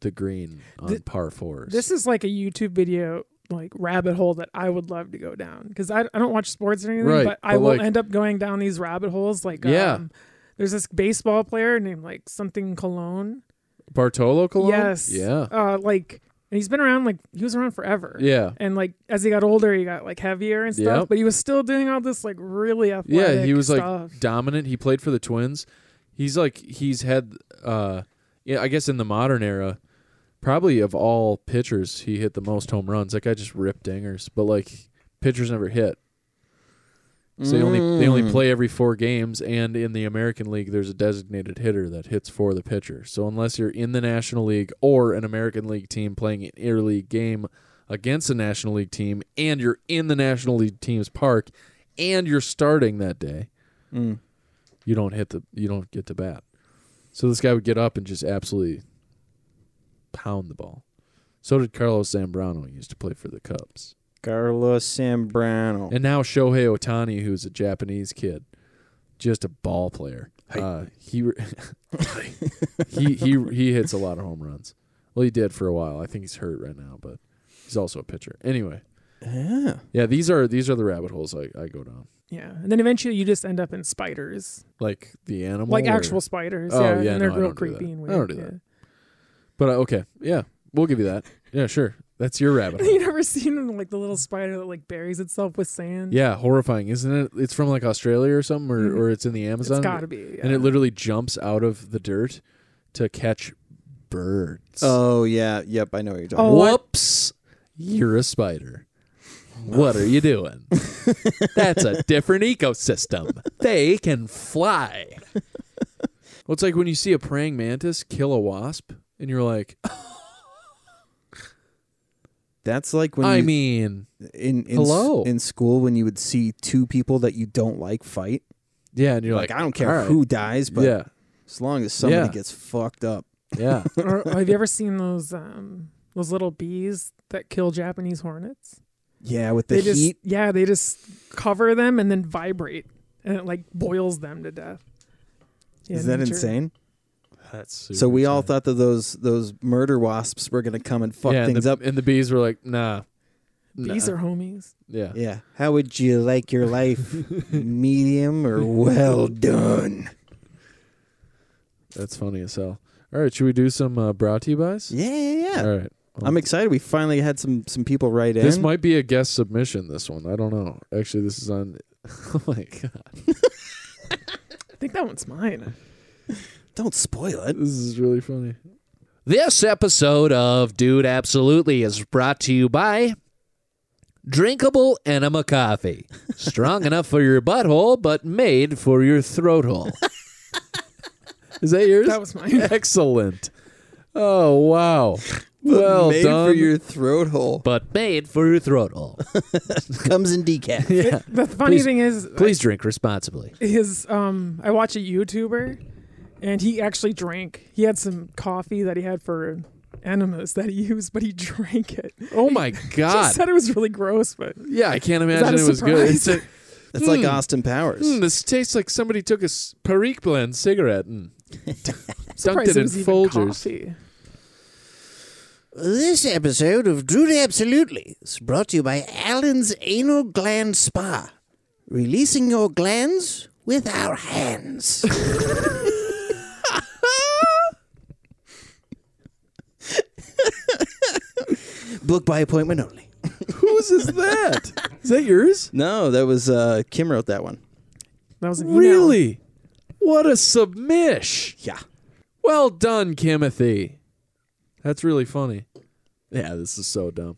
the green on Th- par fours. This is like a YouTube video like rabbit hole that I would love to go down because I, I don't watch sports or anything, Right, but I but, will like- end up going down these rabbit holes. Like Yeah. um, there's this baseball player named like something Cologne. Bartolo Colon? Yes. Yeah. Uh, like and he's been around like he was around forever. Yeah. And like as he got older, he got like heavier and stuff. Yep. But he was still doing all this like really athletic. Yeah, he was stuff. like dominant. He played for the Twins. He's like he's had uh yeah, I guess in the modern era, probably of all pitchers, he hit the most home runs. That guy just ripped dingers, but like pitchers never hit. So they only they only Mm. play every four games, and in the American League, there's a designated hitter that hits for the pitcher. So unless you're in the National League or an American League team playing an interleague game against a National League team, and you're in the National League team's park, and you're starting that day, Mm. you don't hit the you don't get to bat. So this guy would get up and just absolutely pound the ball. So did Carlos Zambrano. He used to play for the Cubs. Carlos Sambrano. And now Shohei Otani, who's a Japanese kid, just a ball player. Hey. Uh, he re- he he he hits a lot of home runs. Well, he did for a while. I think he's hurt right now, but he's also a pitcher. Anyway, yeah. yeah, these are these are the rabbit holes I, I go down. yeah. And then eventually you just end up in spiders, Like the animal, like or- actual spiders. Oh, yeah, yeah, and they're no, I real don't do that. creepy and I weird. don't do that. But uh, okay, yeah, we'll give you that. Yeah, sure. That's your rabbit yeah. hole. you never seen like the little spider that like buries itself with sand? Yeah, horrifying, isn't it? It's from like Australia or something, or, Mhm. or it's in the it's Amazon. gotta be. Yeah. and it literally jumps out of the dirt to catch birds. Oh yeah. Yep. I know what you're talking. Oh, I- Whoops! You're a spider. What are you doing? That's a different ecosystem. They can fly. Well, it's like when you see a praying mantis kill a wasp, and you're like, That's like when I you, mean, in, in s- hello. in school when you would see two people that you don't like fight. yeah, and you're Like, like, I don't care "All right." who dies, but yeah, as long as somebody Yeah. gets fucked up. yeah. or have you ever seen those um those little bees that kill Japanese hornets? Yeah, with the they heat. just yeah, they just cover them and then vibrate and it like boils them to death. Yeah, Is that nature- insane? That's So we all thought that those those murder wasps were gonna come and fuck yeah, and things the, up. and the bees were like, nah, Bees nah. are homies. yeah. Yeah. How would you like your life? Medium or well done? That's funny as hell. All right, should we do some uh, brow tea buys? Yeah, yeah, yeah. All right. I'm excited. We finally had some some people write in. This might be a guest submission. This one, I don't know. Actually, this is on. oh my god, I think that one's mine. Don't spoil it. this is really funny. This episode of Dude Absolutely is brought to you by Drinkable Enema Coffee. Strong enough for your butthole, but made for your throat hole. Is that yours? That was mine. Excellent. Oh wow. well Made done. for your throat hole. But made for your throat hole. Comes in decaf. Yeah. The funny Please- thing is, Please drink responsibly. his um I watch a YouTuber and he actually drank. He had some coffee that he had for enemas that he used, but he drank it. oh my She god. said it was really gross, but Yeah, I can't that imagine a it was good. It's surprise? like, That's like Hmm. Austin Powers. "Hmm, this tastes like somebody took a s- Perique blend cigarette and dunked surprised it it in was even Folgers. coffee. This episode of Dude Absolutely is brought to you by Allen's Anal Gland Spa. Releasing your glands with our hands. Book by appointment only. Whose is that? is that yours? No, that was uh, Kim wrote that one. That was an email. Really? What a submish. Yeah. Well done, Kimothy. That's really funny. Yeah, this is so dumb.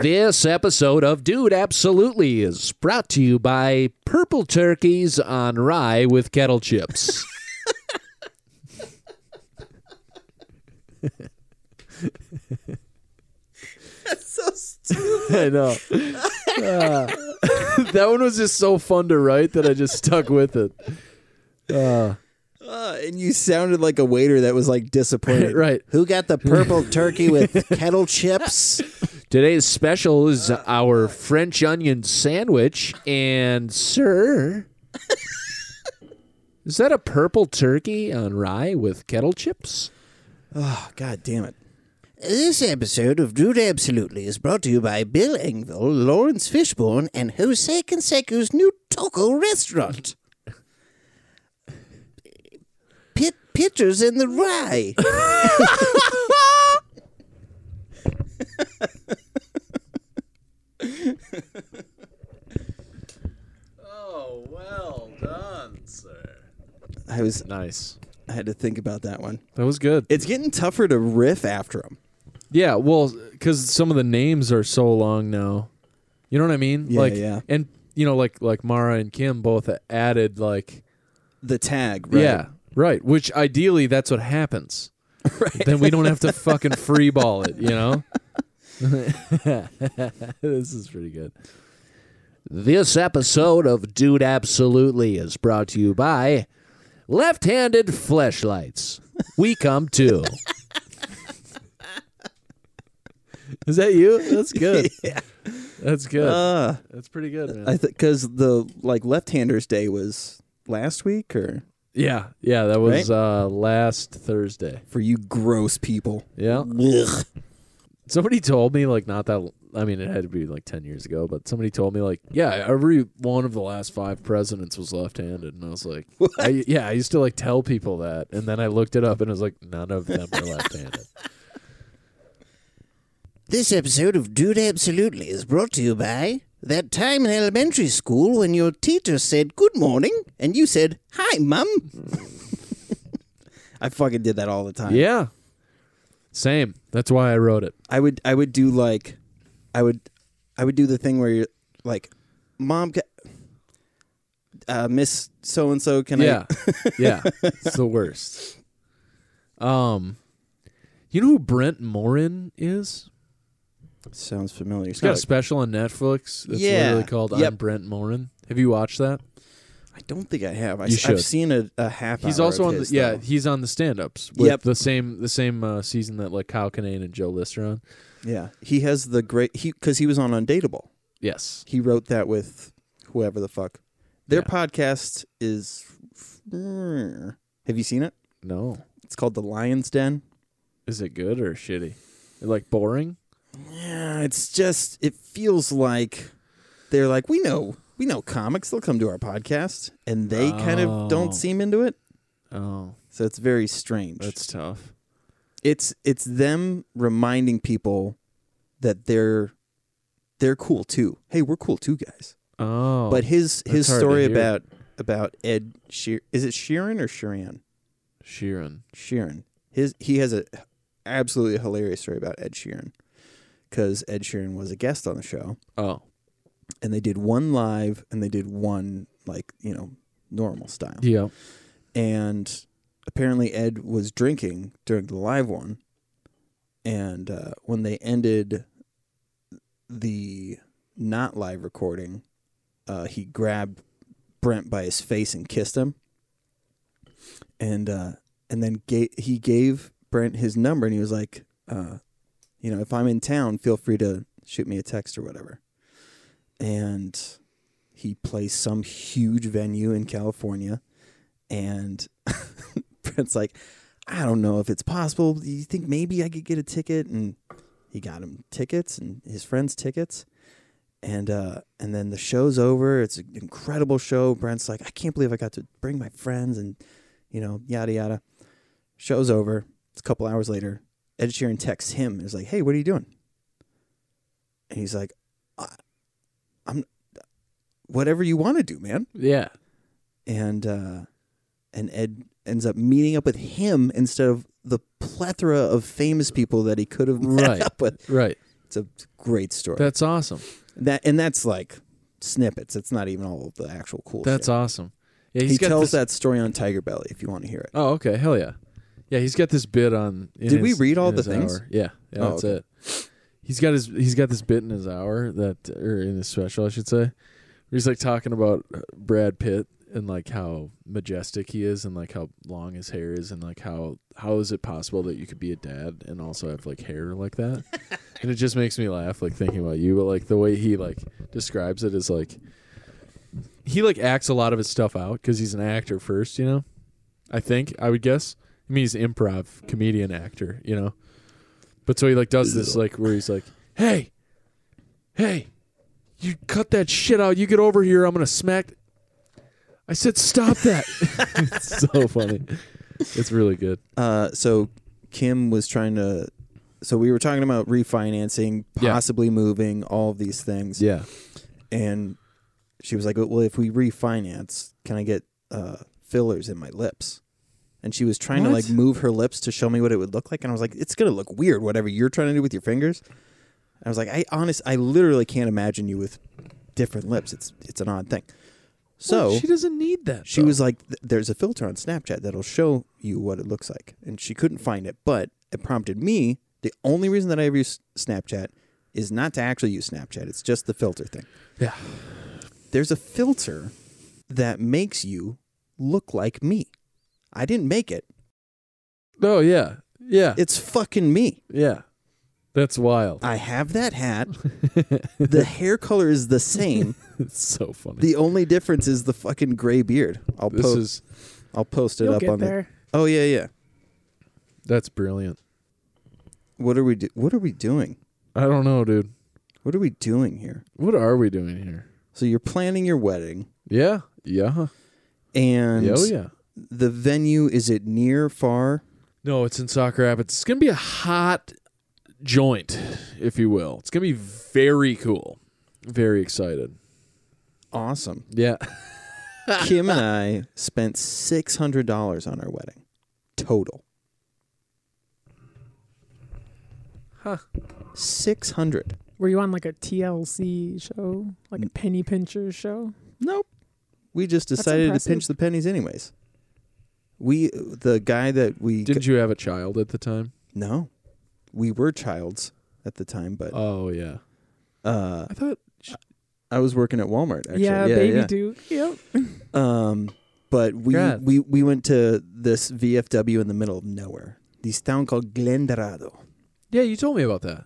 This episode of Dude Absolutely is brought to you by Purple Turkeys on Rye with Kettle Chips. I know. Uh, that one was just so fun to write that I just stuck with it. Uh, Uh, and you sounded like a waiter that was like disappointed. right. Who got the purple turkey with kettle chips? Today's special is our French onion sandwich. And, sir, is that a purple turkey on rye with kettle chips? Oh, God damn it. This episode of Dude Absolutely is brought to you by Bill Engvall, Lawrence Fishburne, and Jose Canseco's new taco restaurant. Pit pitchers in the rye. Oh, well done, sir. I was nice. I had to think about that one. That was good. It's getting tougher to riff after them. Yeah, well, because some of the names are so long now. You know what I mean? Yeah, like, yeah. And you know, like like Mara and Kim both added like The tag, right? yeah, right. Which ideally, that's what happens. Right. Then we don't have to fucking free ball it. You know. this is pretty good. This episode of Dude Absolutely is brought to you by Left Handed Fleshlights. We come too. Is that you? That's good. That's good. Uh, that's pretty good, man. I because the like left-handers day was last week, or yeah, yeah. That was uh, last Thursday. for you gross people. Yeah. Ugh. Somebody told me like not that. I mean, it had to be like ten years ago, but somebody told me like, yeah, every one of the last five presidents was left-handed, and I was like, I, yeah, I used to like tell people that, and then I looked it up, and it was like none of them were left-handed. This episode of Dude Absolutely is brought to you by that time in elementary school when your teacher said good morning and you said hi, mum. I fucking did that all the time. yeah, same. That's why I wrote it. I would I would do like I would I would do the thing where you're like mom ca- uh, Miss So and So, can yeah. yeah. It's the worst. Um you know who Brent Morin is? I? Sounds familiar. He's got a special on Netflix that's Yeah. literally called Yep. I'm Brent Morin. Have you watched that? I don't think I have. I, You have should. seen a, a half. He's hour also of on the his, yeah, though. he's on the stand ups with Yep. the same the same uh, season that like Kyle Kinane and Joe List are on. yeah. He has the great he because he was on Undateable. Yes. He wrote that with whoever the fuck. Their Yeah. podcast is. Have you seen it? No. It's called The Lion's Den. Is it good or shitty? Like boring? Yeah, it's just it feels like they're like we know we know comics. They'll come to our podcast, and they kind of Oh. don't seem into it. Oh, So it's very strange. that's tough. it's it's them reminding people that they're they're cool too. Hey, we're cool too, guys. Oh, but his that's his hard to story hear. about about Ed Sheer is it Sheeran or Sheeran? Sheeran. Sheeran. His he has a absolutely hilarious story about Ed Sheeran because Ed Sheeran was a guest on the show Oh, and they did one live and they did one like you know normal style yeah. and apparently ed was drinking during the live one and uh, when they ended the not live recording uh, he grabbed brent by his face and kissed him and uh, and then ga- he gave brent his number and he was like uh, you know if i'm in town feel free to shoot me a text or whatever and he plays some huge venue in California, and Brent's like, I don't know if it's possible. Do you think maybe I could get a ticket? And he got him tickets and his friends tickets, and uh, and then the show's over. It's an incredible show. Brent's like, I can't believe I got to bring my friends, and you know, yada yada. Show's over. It's a couple hours later. Ed Sheeran texts him and is like, Hey, what are you doing? And he's like, I, I'm whatever you want to do, man. Yeah. And uh, and Ed ends up meeting up with him instead of the plethora of famous people that he could have met Right. up with. Right. It's a great story. That's awesome. that and that's like snippets. It's not even all of the actual cool. That's shit. awesome. Yeah, he's He got tells this- that story on Tiger Belly if you want to hear it. Oh, okay. Hell yeah. Yeah, he's got this bit on. in Did we his- read all in the his things? hour. Yeah. Yeah. Oh, that's okay. it. He's got his. He's got this bit in his hour that, or in his special, I should say. Where he's like talking about uh, Brad Pitt and like how majestic he is and like how long his hair is and like how how is it possible that you could be a dad and also have like hair like that? and it just makes me laugh like thinking about you, but like the way he like describes it is like he like acts a lot of his stuff out because he's an actor first, you know. I think I would guess. I mean, he's an improv comedian actor, you know. But so he like does this like where he's like, "Hey, hey, you cut that shit out. You get over here. I'm gonna smack." I said, "Stop that!" it's so funny. It's really good. Uh, so Kim was trying to. So we were talking about refinancing, Yeah. possibly moving, all of these things. Yeah. and she was like, "Well, if we refinance, can I get uh, fillers in my lips?" And she was trying to What? like move her lips to show me what it would look like, and I was like, "It's gonna look weird, whatever you're trying to do with your fingers." I was like, "I honest, I literally can't imagine you with different lips. It's it's an odd thing." So she doesn't need that. she though. was like, "Th- "There's a filter on Snapchat that'll show you what it looks like," and she couldn't find it, but it prompted me. The only reason that I ever use Snapchat is not to actually use Snapchat; it's just the filter thing yeah. there's a filter that makes you look like me. I didn't make it. Oh yeah, yeah, It's fucking me. yeah. That's wild. I have that hat. The hair color is the same. it's so funny. The only difference is the fucking gray beard. I'll this post. is I'll post it You'll up get on the. there. Oh yeah, yeah. that's brilliant. What are we? Do- what are we doing? I don't know, dude. What are we doing here? What are we doing here? So you're planning your wedding, Yeah, yeah, and yeah, oh yeah. the venue is it near, far? No, it's in Sauk Rapids. It's gonna be a hot joint, if you will. It's gonna be very cool. Very excited. Awesome. Yeah. Kim and I spent six hundred dollars on our wedding, total. Huh. Six hundred. Were you on like a TLC show, like a penny pincher show? Nope. we just decided to impressive. pinch the pennies anyways. We the guy that we Didn't you have a child at the time? no, we were childs at the time, but Oh yeah. uh, I thought I was working at Walmart actually. yeah, Yeah, baby yeah. Duke. Yep. Um, but we, Congrats. we we went to this VFW in the middle of nowhere. This town called Glendorado, Yeah, you told me about that.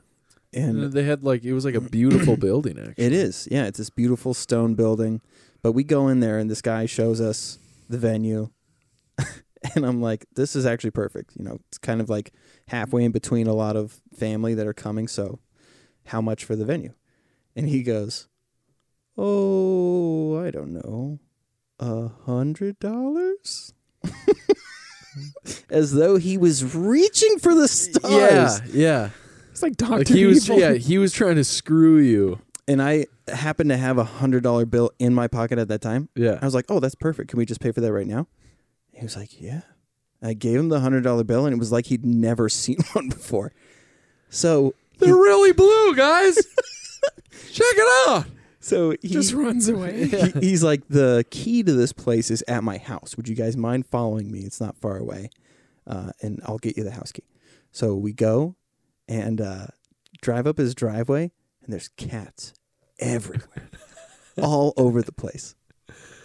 and And they had like it was like a beautiful building actually. It is. Yeah, it's this beautiful stone building. But we go in there and this guy shows us the venue. and I'm like, this is actually perfect. You know, it's kind of like halfway in between a lot of family that are coming, so how much for the venue? And he goes, "Oh, I don't know. A hundred dollars?" As though he was reaching for the stars. Oh, Yeah, yeah. It's like Doctor Like he was Evil. yeah, he was trying to screw you. And I happened to have a hundred dollar bill in my pocket at that time. I Yeah. was like, "Oh, that's perfect. Can we just pay for that right now?" He was like, "Yeah." I gave him the hundred dollar bill, and it was like he'd never seen one before. So, They're really blue, guys. Check it out. so he, just runs away. he- he's like, "The key to this place is at my house. Would you guys mind following me? It's not far away, uh, and I'll get you the house key." So we go and uh, drive up his driveway, and there's cats everywhere, all over the place,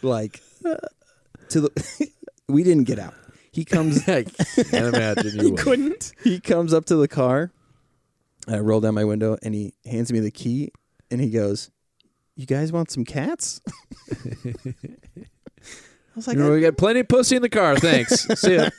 like to the. we didn't get out. He comes I can't imagine you he would. couldn't. he comes up to the car. I roll down my window and he hands me the key and he goes, You guys want some cats? I was like, You know, we got plenty of pussy in the car. Thanks. See ya.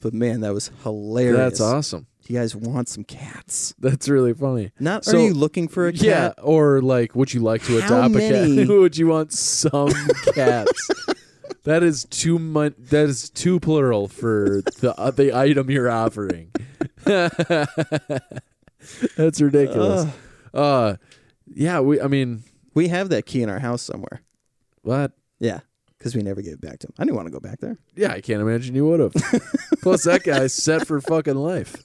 But man, that was hilarious. That's awesome. You guys want some cats? That's really funny. Not So- are you looking for a Yeah, cat? or like, would you like to How adopt a many- cat? would you want some cats? That is too much. That is too plural for the uh, the item you're offering. That's ridiculous. Ugh. Uh, yeah, we. I mean, we have that key in our house somewhere. what? Yeah. Because we never gave it back to him. I didn't want to go back there. Yeah, I can't imagine you would have. Plus, that guy's set for fucking life.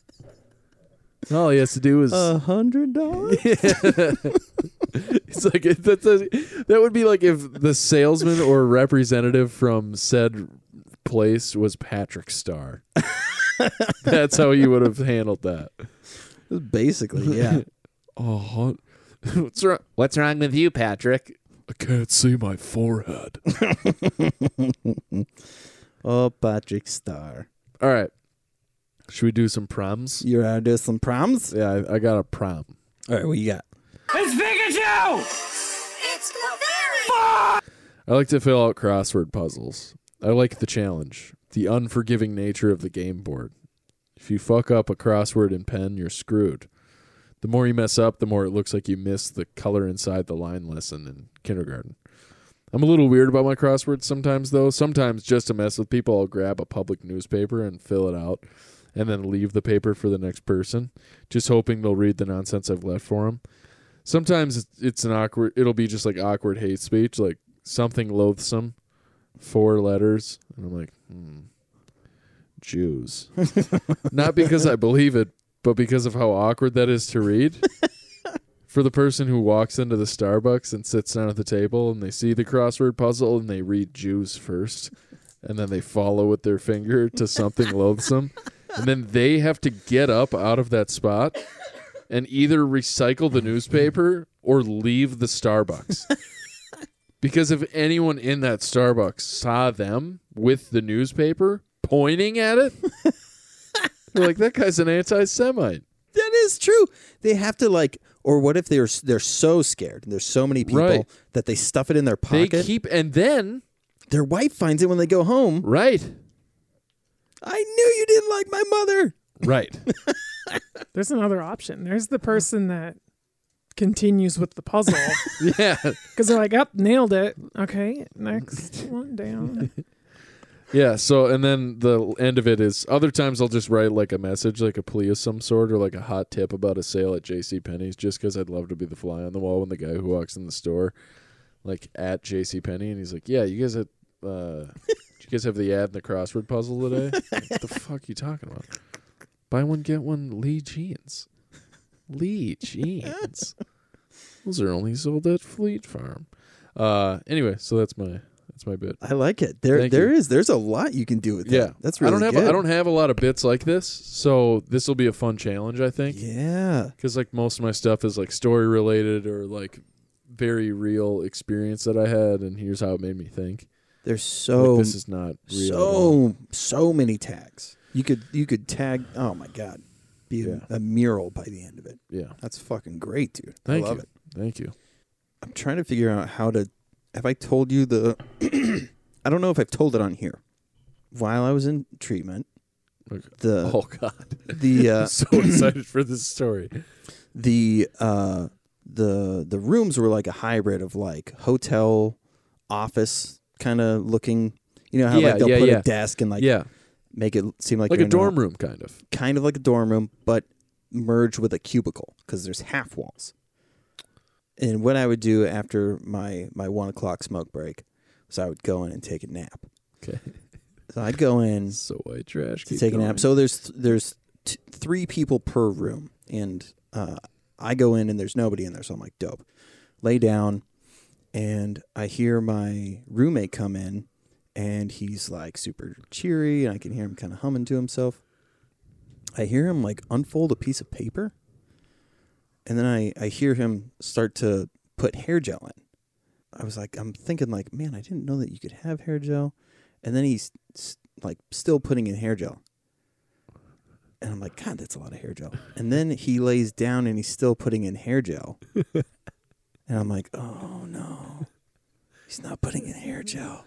All he has to do is. A hundred dollars? It's like that's a, that would be like if the salesman or representative from said place was Patrick Starr. that's how you would have handled that. Basically, yeah. Oh, hon- what's wrong? Uh-huh. What's wrong with you, Patrick? I can't see my forehead. oh, Patrick Star. All right, should we do some proms? You're out there some proms? Yeah, I, I got a prom. All right, what you got? I like to fill out crossword puzzles. I like the challenge, the unforgiving nature of the game board. If you fuck up a crossword in pen, you're screwed. The more you mess up, the more it looks like you missed the color inside the line lesson in kindergarten. I'm a little weird about my crosswords sometimes, though. Sometimes, just to mess with people, I'll grab a public newspaper and fill it out and then leave the paper for the next person, just hoping they'll read the nonsense I've left for them. Sometimes it's- it's an awkward, it'll be just like awkward hate speech, like something loathsome, four letters, and I'm like, hmm, Jews. Not because I believe it, but because of how awkward that is to read. For the person who walks into the Starbucks and sits down at the table and they see the crossword puzzle and they read Jews first, and then they follow with their finger to something loathsome, and then they have to get up out of that spot and either recycle the newspaper or leave the Starbucks. Because if anyone in that Starbucks saw them with the newspaper pointing at it, they're like, that guy's an anti Semite. That is true. They have to like, or what if they're they're so scared and there's so many people Right. that they stuff it in their They pocket. keep, and then, their wife finds it when they go home. right, I knew you didn't like my mother. right. There's another option. There's the person that continues with the puzzle yeah. because they're like, "Up, nailed it." Okay, next one down. Yeah. So, and then the end of it is other times I'll just write like a message, like a plea of some sort, or like a hot tip about a sale at JCPenney's, just because I'd love to be the fly on the wall when the guy who walks in the store, like at JCPenney, and he's like, Yeah, you guys had, uh, did you guys have the ad in the crossword puzzle today? what the fuck you talking about? Buy one, get one Lee jeans. Lee jeans. Those are only sold at Fleet Farm. Uh, anyway, so that's my that's my bit. I like it. There, there Thank is There's a lot you can do with that. Yeah, that's really I don't have good. I don't have a lot of bits like this, so this will be a fun challenge, I think. Yeah, because like most of my stuff is like story related or like very real experience that I had, and here's how it made me think. there's Like, so this is not real. at all. Oh, so so many tags. You could you could tag. Oh my god, be a- Yeah. a, mural by the end of it. yeah. That's fucking great, dude. Thank I love you. it. Thank you. I'm trying to figure out how to. Have I told you the? I don't know if I've told it on here. While I was in treatment, Okay. the Oh God, the uh, I'm so excited for this story. the uh the the rooms were like a hybrid of like hotel office kind of looking you know how Yeah, like they'll yeah, put yeah. a desk and like yeah, make it seem like uh, like you're a in dorm room kind of. kind of like a dorm room but merged with a cubicle because there's half walls and what i would do after my my one o'clock smoke break was i would go in and take a nap Okay, so i'd go in so white Mm. trash. to keep take a going. nap. So there's there's t- three people per room, and uh, I go in and there's nobody in there, so I'm like, dope. Lay down, and I hear my roommate come in, and he's like super cheery, and I can hear him kind of humming to himself. I hear him like unfold a piece of paper, and then I I hear him start to put hair gel in. I was like, I'm thinking like, man, I didn't know that you could have hair gel, and then he's s- like still putting in hair gel. And I'm like, God, that's a lot of hair gel. And then he lays down and he's still putting in hair gel. and I'm like, oh no, he's not putting in hair gel.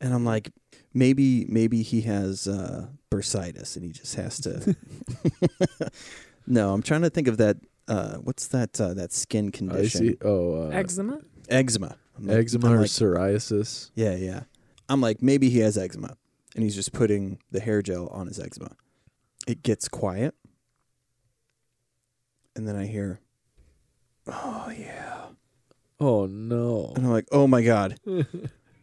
And I'm like, maybe, maybe he has uh, bursitis and he just has to. no, I'm trying to think of that. Uh, what's that? Uh, that skin I condition? see. Oh, uh, Eczema? Eczema. I'm like- eczema I'm or like, psoriasis. yeah, yeah. I'm like, maybe he has eczema, and he's just putting the hair gel on his eczema. It gets quiet, and then I hear, "Oh yeah," Oh no. and I'm like, "Oh my god!"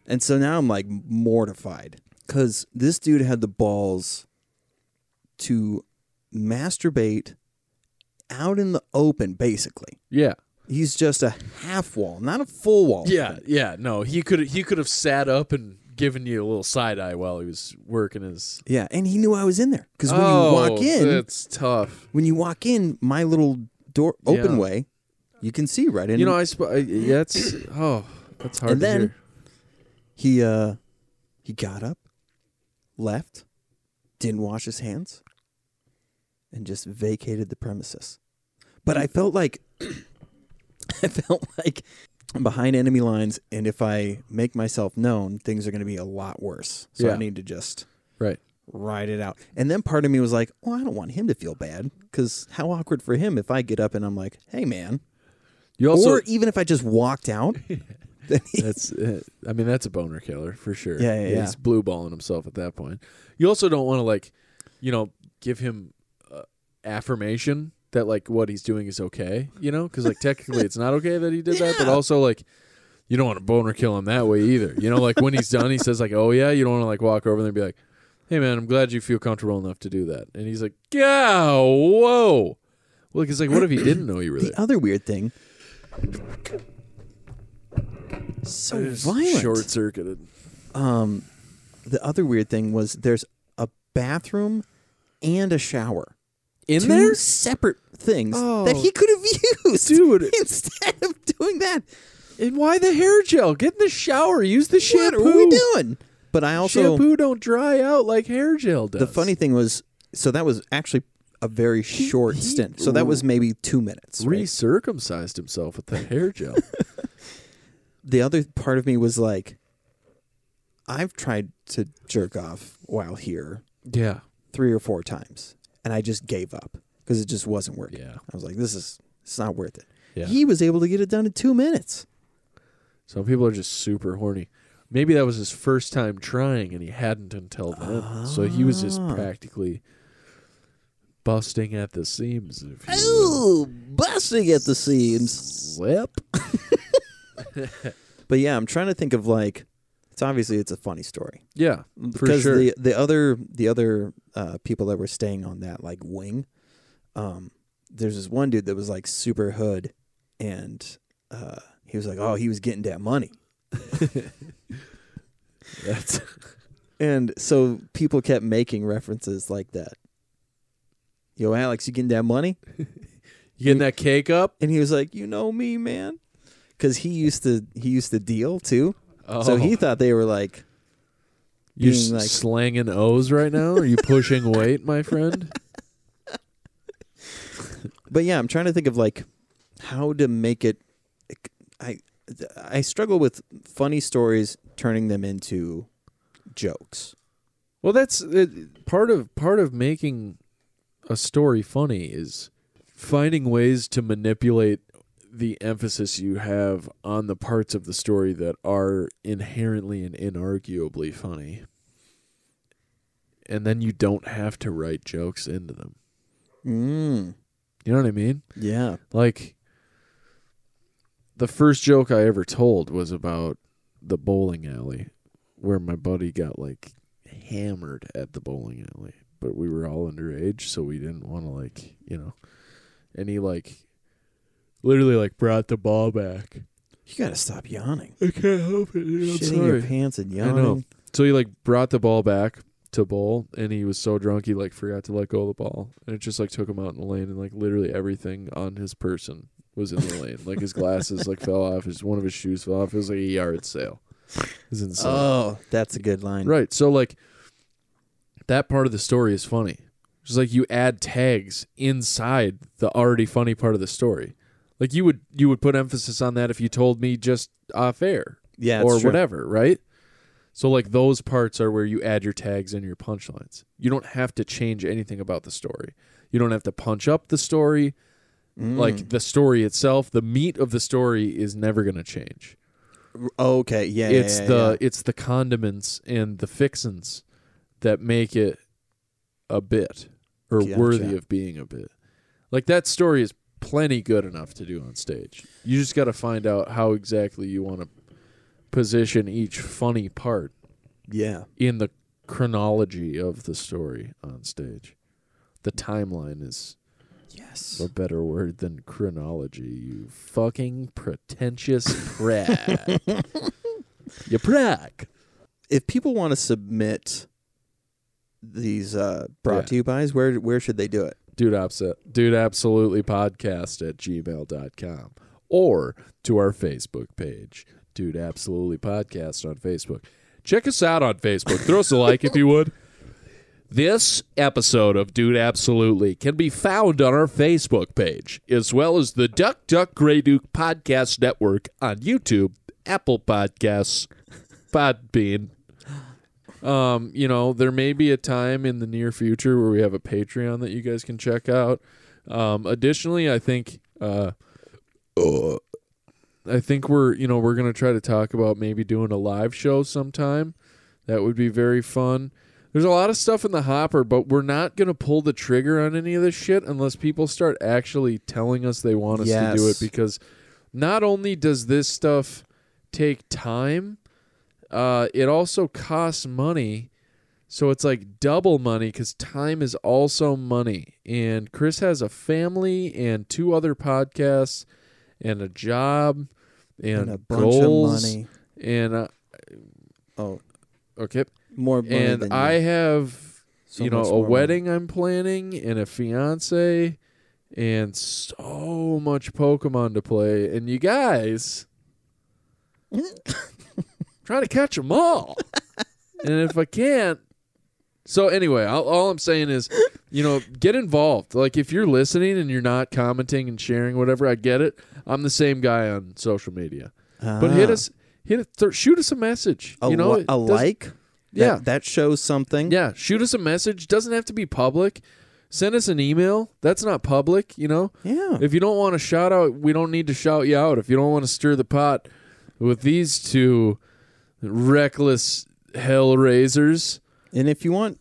and so now I'm like mortified because this dude had the balls to masturbate out in the open. Basically, Yeah. he's just a half wall, not a full wall. Yeah, yeah, no, he could he could have sat up and given you a little side eye while he was working his. Yeah, and he knew I was in there because when oh, you walk in, that's tough. when you walk in, my little door open Yeah. way, you can see right in. You know, I sp- I, yeah, it's oh, that's hard. And to then- hear. he uh, he got up, left, didn't wash his hands, and just vacated the premises. But I felt like I felt like I'm behind enemy lines, and if I make myself known, things are going to be a lot worse. So I Yeah. need to just right, ride it out. And then part of me was like, well, I don't want him to feel bad because how awkward for him if I get up and I'm like, hey, man. you also or even if I just walked out. then he- that's uh, I mean that's a boner killer for sure. Yeah, yeah, yeah. He's blue balling himself at that point. You also don't want to like, you know, give him uh, affirmation that like what he's doing is okay. You know, because like technically it's not okay that he did that, but Yeah. also like. You don't want to boner kill him that way either. You know, like when he's done, he says like, "Oh yeah." You don't want to like walk over there and be like, "Hey man, I'm glad you feel comfortable enough to do that." And he's like, "Yeah, whoa." Well, it's like, what if he didn't know you were there? the other weird thing. So uh, violent. Short circuited. Um, the other weird thing was there's a bathroom and a shower. In Two there? separate things that Oh. he could have used, Dude. Instead of doing that, And why the hair gel? Get in the shower. Use the shampoo. what are we doing? But I also shampoo don't dry out like hair gel does. The funny thing was, so that was actually a very short he- stint. So that was maybe two minutes. right? recircumcised himself with the hair gel. The other part of me was like, I've tried to jerk off while here yeah, three or four times, and I just gave up because it just wasn't working. Yeah. I was like, this is it's not worth it. yeah. He was able to get it done in two minutes. Some people are just super horny. Maybe that was his first time trying, and he hadn't until then. So he was just Ah. practically busting at the seams. If you will. Ooh, busting at the seams. Yep. But yeah, I'm trying to think of like, it's obviously it's a funny story. Yeah, for because sure. the the other the other uh, people that were staying on that like wing, um, there's this one dude that was like super hood, and uh, He was like, "Oh, he was getting that money." That's And so people kept making references like that. Yo, Alex, you getting that money? you getting that cake up? And he was like, "You know me, man," because he used to he used to deal too. Oh, So he thought they were like, you being like- s slanging O's right now? Are you pushing weight, my friend? but yeah, I'm trying to think of like how to make it. I I struggle with funny stories turning them into jokes. Well, that's it, part of part of making a story funny is finding ways to manipulate the emphasis you have on the parts of the story that are inherently and inarguably funny. And then you don't have to write jokes into them. Mm. You know what I mean? Yeah. Like the first joke I ever told was about the bowling alley where my buddy got like hammered at the bowling alley, but we were all underage, so we didn't want to like, you know. And he like literally like brought the ball back. You gotta stop yawning. I can't help it. Dude. I'm Shitting sorry. your pants and I know. yawning. So he like brought the ball back to bowl, and he was so drunk he like forgot to let go of the ball, and it just like took him out in the lane, and like literally everything on his person was in the lane. Like his glasses like fell off, his one of his shoes fell off. It was like a yard sale. It was insane. Oh, that's a good line. Right. So like that part of the story is funny. Just like you add tags inside the already funny part of the story. Like you would you would put emphasis on that if you told me just off air Yeah, or it's true. whatever, right? So like those parts are where you add your tags and your punchlines. You don't have to change anything about the story. You don't have to punch up the story. Mm. Like the story itself, the meat of the story is never going to change Okay. Yeah. yeah, it's yeah, the it's the condiments and the fixins that make it a bit or Gotcha. worthy of being a bit. Like that story is plenty good enough to do on stage. You just got to find out how exactly you want to position each funny part yeah. yeah. in the chronology of the story on stage. The timeline is Yes. a better word than chronology, you fucking pretentious prat. you prat. If people want to submit these uh, brought to you buys, where where should they do it? dude upset dude absolutely podcast at gmail.com or to our facebook page dude absolutely podcast on facebook check us out on facebook throw us a like if you would this episode of Dude Absolutely can be found on our Facebook page, as well as the Duck Duck Grey Duke Podcast Network on YouTube, Apple Podcasts, Podbean. Um, you know, there may be a time in the near future where we have a Patreon that you guys can check out. Um, additionally, I think uh, uh, I think we're you know we're gonna try to talk about maybe doing a live show sometime. That would be very fun. There's a lot of stuff in the hopper, but we're not gonna pull the trigger on any of this shit unless people start actually telling us they want us to do it. Yes. Because not only does this stuff take time, uh, it also costs money. So it's like double money because time is also money. And Chris has a family and two other podcasts and a job and, a bunch goals of money. and uh, Oh, okay. more money and than I you. have So you know much a more money. wedding I'm planning and a fiance and so much Pokemon to play. And you guys trying to catch them all. and if I can't, so anyway, all, all I'm saying is, you know, get involved. Like if you're listening and you're not commenting and sharing whatever, I get it. I'm the same guy on social media, but hit Ah. us, hit a th- shoot us a message. a, you know, li- it a doesn't- like. That- yeah, that, shows something. yeah, shoot us a message. Doesn't have to be public. Send us an email. That's not public, you know. yeah. If you don't want to shout out, we don't need to shout you out. If you don't want to stir the pot with these two reckless hell raisers, And if you want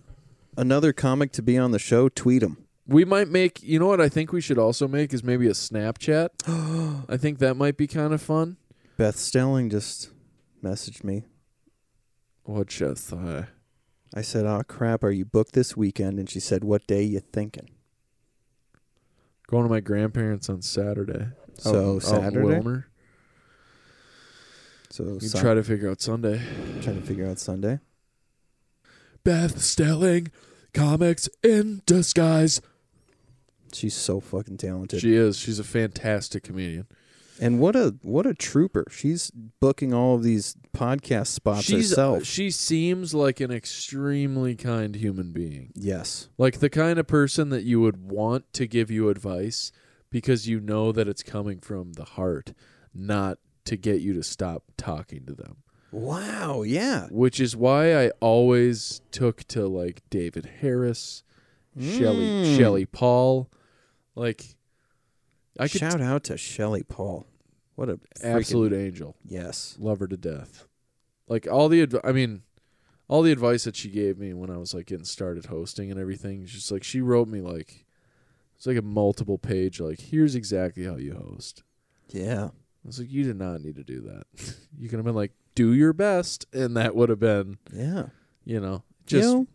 another comic to be on the show, tweet them. we might make. You know what I think we should also make is maybe a Snapchat. I think that might be kind of fun. Beth Stelling just messaged me. What you thought? I said, "Oh crap, are you booked this weekend?" And she said, "What day you thinking?" Going to my grandparents on Saturday. So Out in- out in Saturday? Wilmer. So We can Sun- try to figure out Sunday. trying to figure out Sunday. Beth Stelling, comics in disguise. She's so fucking talented. She is. She's a fantastic comedian. and what a what a trooper. She's booking all of these podcast spots She's, herself. she seems like an extremely kind human being. yes. Like the kind of person that you would want to give you advice because you know that it's coming from the heart, not to get you to stop talking to them. Wow, yeah. Which is why I always took to like David Harris, Shelley Mm. Shelley Paul. Like I could Shout out to Shelley Paul. What a freaking- absolute angel. yes. love her to death. Like all the, adv- I mean, all the advice that she gave me when I was like getting started hosting and everything. She's like, she wrote me like, it's like a multiple page. Like, here's exactly how you host. Yeah. I was like, you did not need to do that. you could have been like, do your best, and that would have been, Yeah. you know, just you know,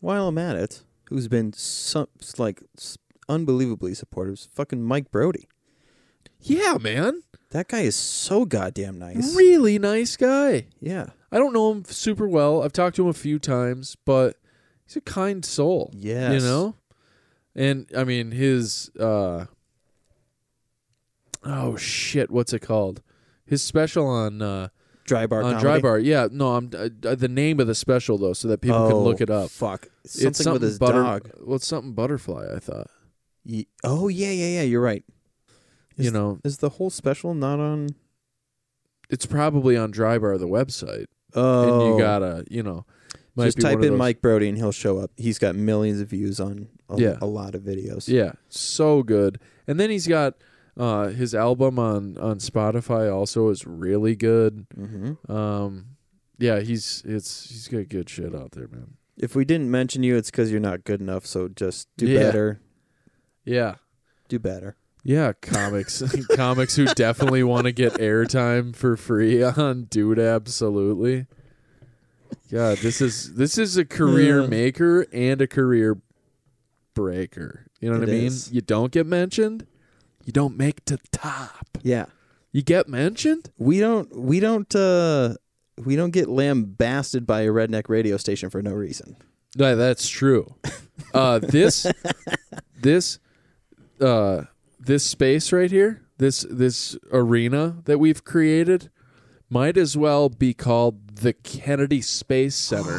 while I'm at it, who's been so, like s- unbelievably supportive, is fucking Mike Brody. yeah, man, That guy is so goddamn nice. really nice guy. yeah. I don't know him super well. I've talked to him a few times, but he's a kind soul. Yes. you know and i mean his uh oh shit what's it called his special on uh Dry bar. on comedy. dry bar yeah no i'm uh, the name of the special though so that people can Oh, look it up Fuck. Something, it's something with his butter- dog. well it's something butterfly i thought Ye- oh yeah, yeah, yeah. You're right. Is you know Is the whole special not on? it's probably on dry bar the website Oh, and you gotta you know might just be type one of in those- Mike Brody and he'll show up. He's got millions of views on a, Yeah. a lot of videos. Yeah, so good. And then he's got uh, his album on on Spotify also is really good. hmm Um, yeah, he's it's he's got good shit out there, man. If we didn't mention you, it's because you're not good enough. So just do Yeah. better. Yeah, Do better. yeah, comics, comics who definitely want to get airtime for free on Dude Absolutely. God, this is this is a career Yeah. maker and a career breaker. You know what It I mean? is. You don't get mentioned, you don't make to top. Yeah. You get mentioned, We don't. We don't. uh We don't get lambasted by a redneck radio station for no reason. Yeah, that's true. Uh, this, this, uh, this space right here, this this arena that we've created, might as well be called the Kennedy Space Center,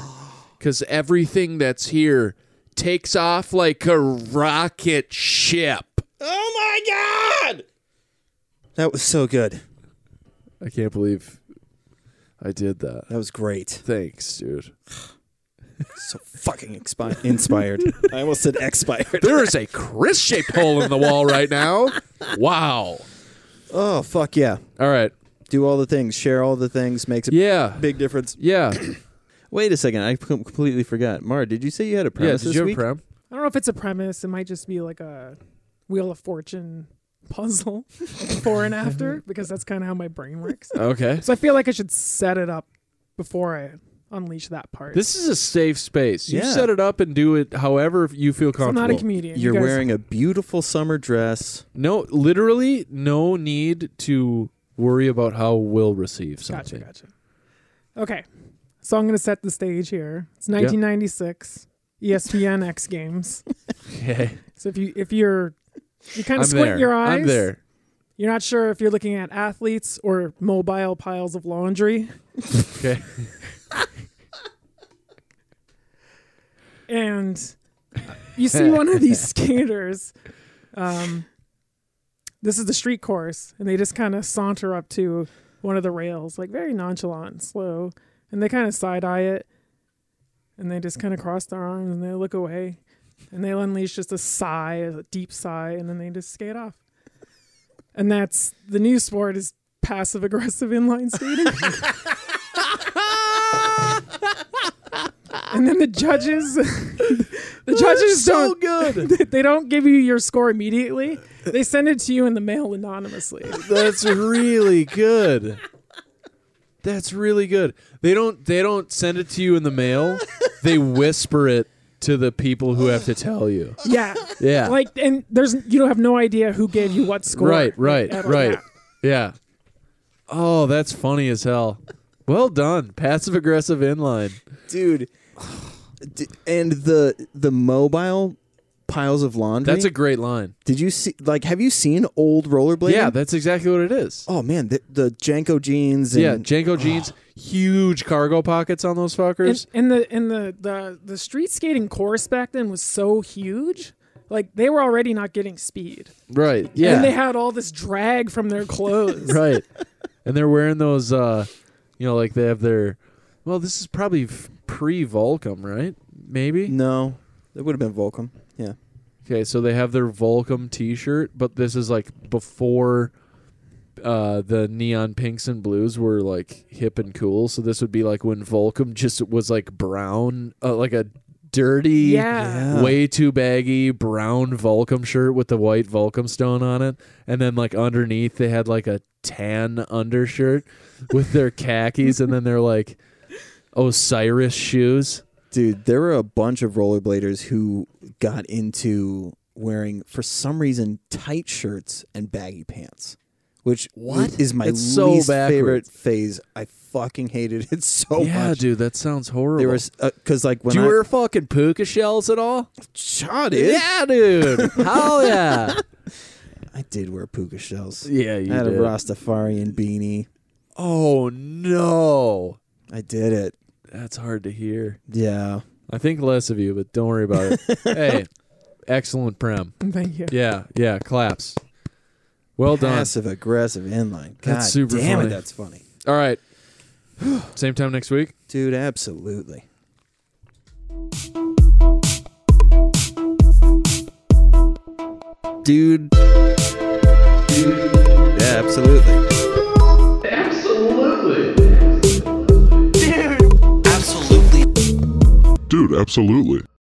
because everything that's here takes off like a rocket ship. Oh That was so good. I can't believe I did that. That was great. Thanks, dude. So fucking expi- inspired. I almost said expired. There is a Chris shaped hole in the wall right now. Wow. Oh fuck yeah! All right. Do all the things. Share all the things. Makes a Yeah. big difference. Yeah. Wait a second. I com- completely forgot. Mara, did you say you had a Yeah. premise Did this you have a week? prem? I don't know if it's a premise. It might just be like a Wheel of Fortune puzzle before and after because that's kind of how my brain works. Okay. So I feel like I should set it up before I unleash that part. This is a safe space. You Yeah. set it up and do it however you feel So I'm comfortable. not a comedian. you You're guys- wearing a beautiful summer dress. no, literally, no need to worry about how we'll receive Gotcha, something. gotcha. Okay, so I'm gonna set the stage here. It's E 1996, ESPN X Games. Okay. So if you if you're you kind I'm of squint there. your eyes, I'm there. You're not sure if you're looking at athletes or mobile piles of laundry. Okay. and you see one of these skaters. Um, this is the street course, and they just kind of saunter up to one of the rails, like very nonchalant and slow, and they kind of side eye it, and they just kind of cross their arms and they look away, and they'll unleash just a sigh, a deep sigh, and then they just skate off. And that's the new sport is passive aggressive inline skating. and then the judges, the judges don't good. they don't give you your score immediately. They send it to you in the mail anonymously. That's really good. That's really good. They don't they don't send it to you in the mail. They whisper it to the people who have to tell you. Yeah. Yeah. Like and there's you don't have no idea who gave you what score. right, right, at all. right. Yeah. Oh, that's funny as hell. Well done. Passive aggressive inline. dude. D- and the the mobile piles of laundry. That's a great line. Did you see? Like, have you seen old rollerblading? Yeah, that's exactly what it is. Oh man, the, the Janko jeans. And, yeah, Janko jeans, huge cargo pockets on those fuckers. And, and the and the, the the street skating course back then was so huge. Like they were already not getting speed. right. Yeah. And they had all this drag from their clothes. right. And they're wearing those uh you know like they have their well, this is probably f- pre-Volcom, right? Maybe. no, it would have been Volcom. Yeah. Okay, so they have their Volcom T-shirt, but this is like before uh, the neon pinks and blues were like hip and cool. So this would be like when Volcom just was like brown, uh, like a dirty, Yeah. Yeah. way too baggy brown Volcom shirt with the white Volcom stone on it, and then like underneath they had like a tan undershirt with their khakis, and then they're like Osiris shoes. Dude, there were a bunch of rollerbladers who got into wearing, for some reason, tight shirts and baggy pants, which what is my It's so least favorite backwards. phase. I fucking hated it so yeah, much. dude, that sounds horrible. There was because uh, like when Do you I wear fucking puka shells at all? shot it, Yeah, dude. Hell yeah. I did wear puka shells. yeah, you I had did. a Rastafarian beanie. Oh no, I did it. that's hard to hear. Yeah, I think less of you, but don't worry about it. hey, excellent prem. Thank you. Yeah, yeah, claps. Well passive aggressive inline. God That's super damn funny. it, that's funny, done. All right. Same time next week. dude. Absolutely. Dude. Dude. Yeah, absolutely. Dude, absolutely.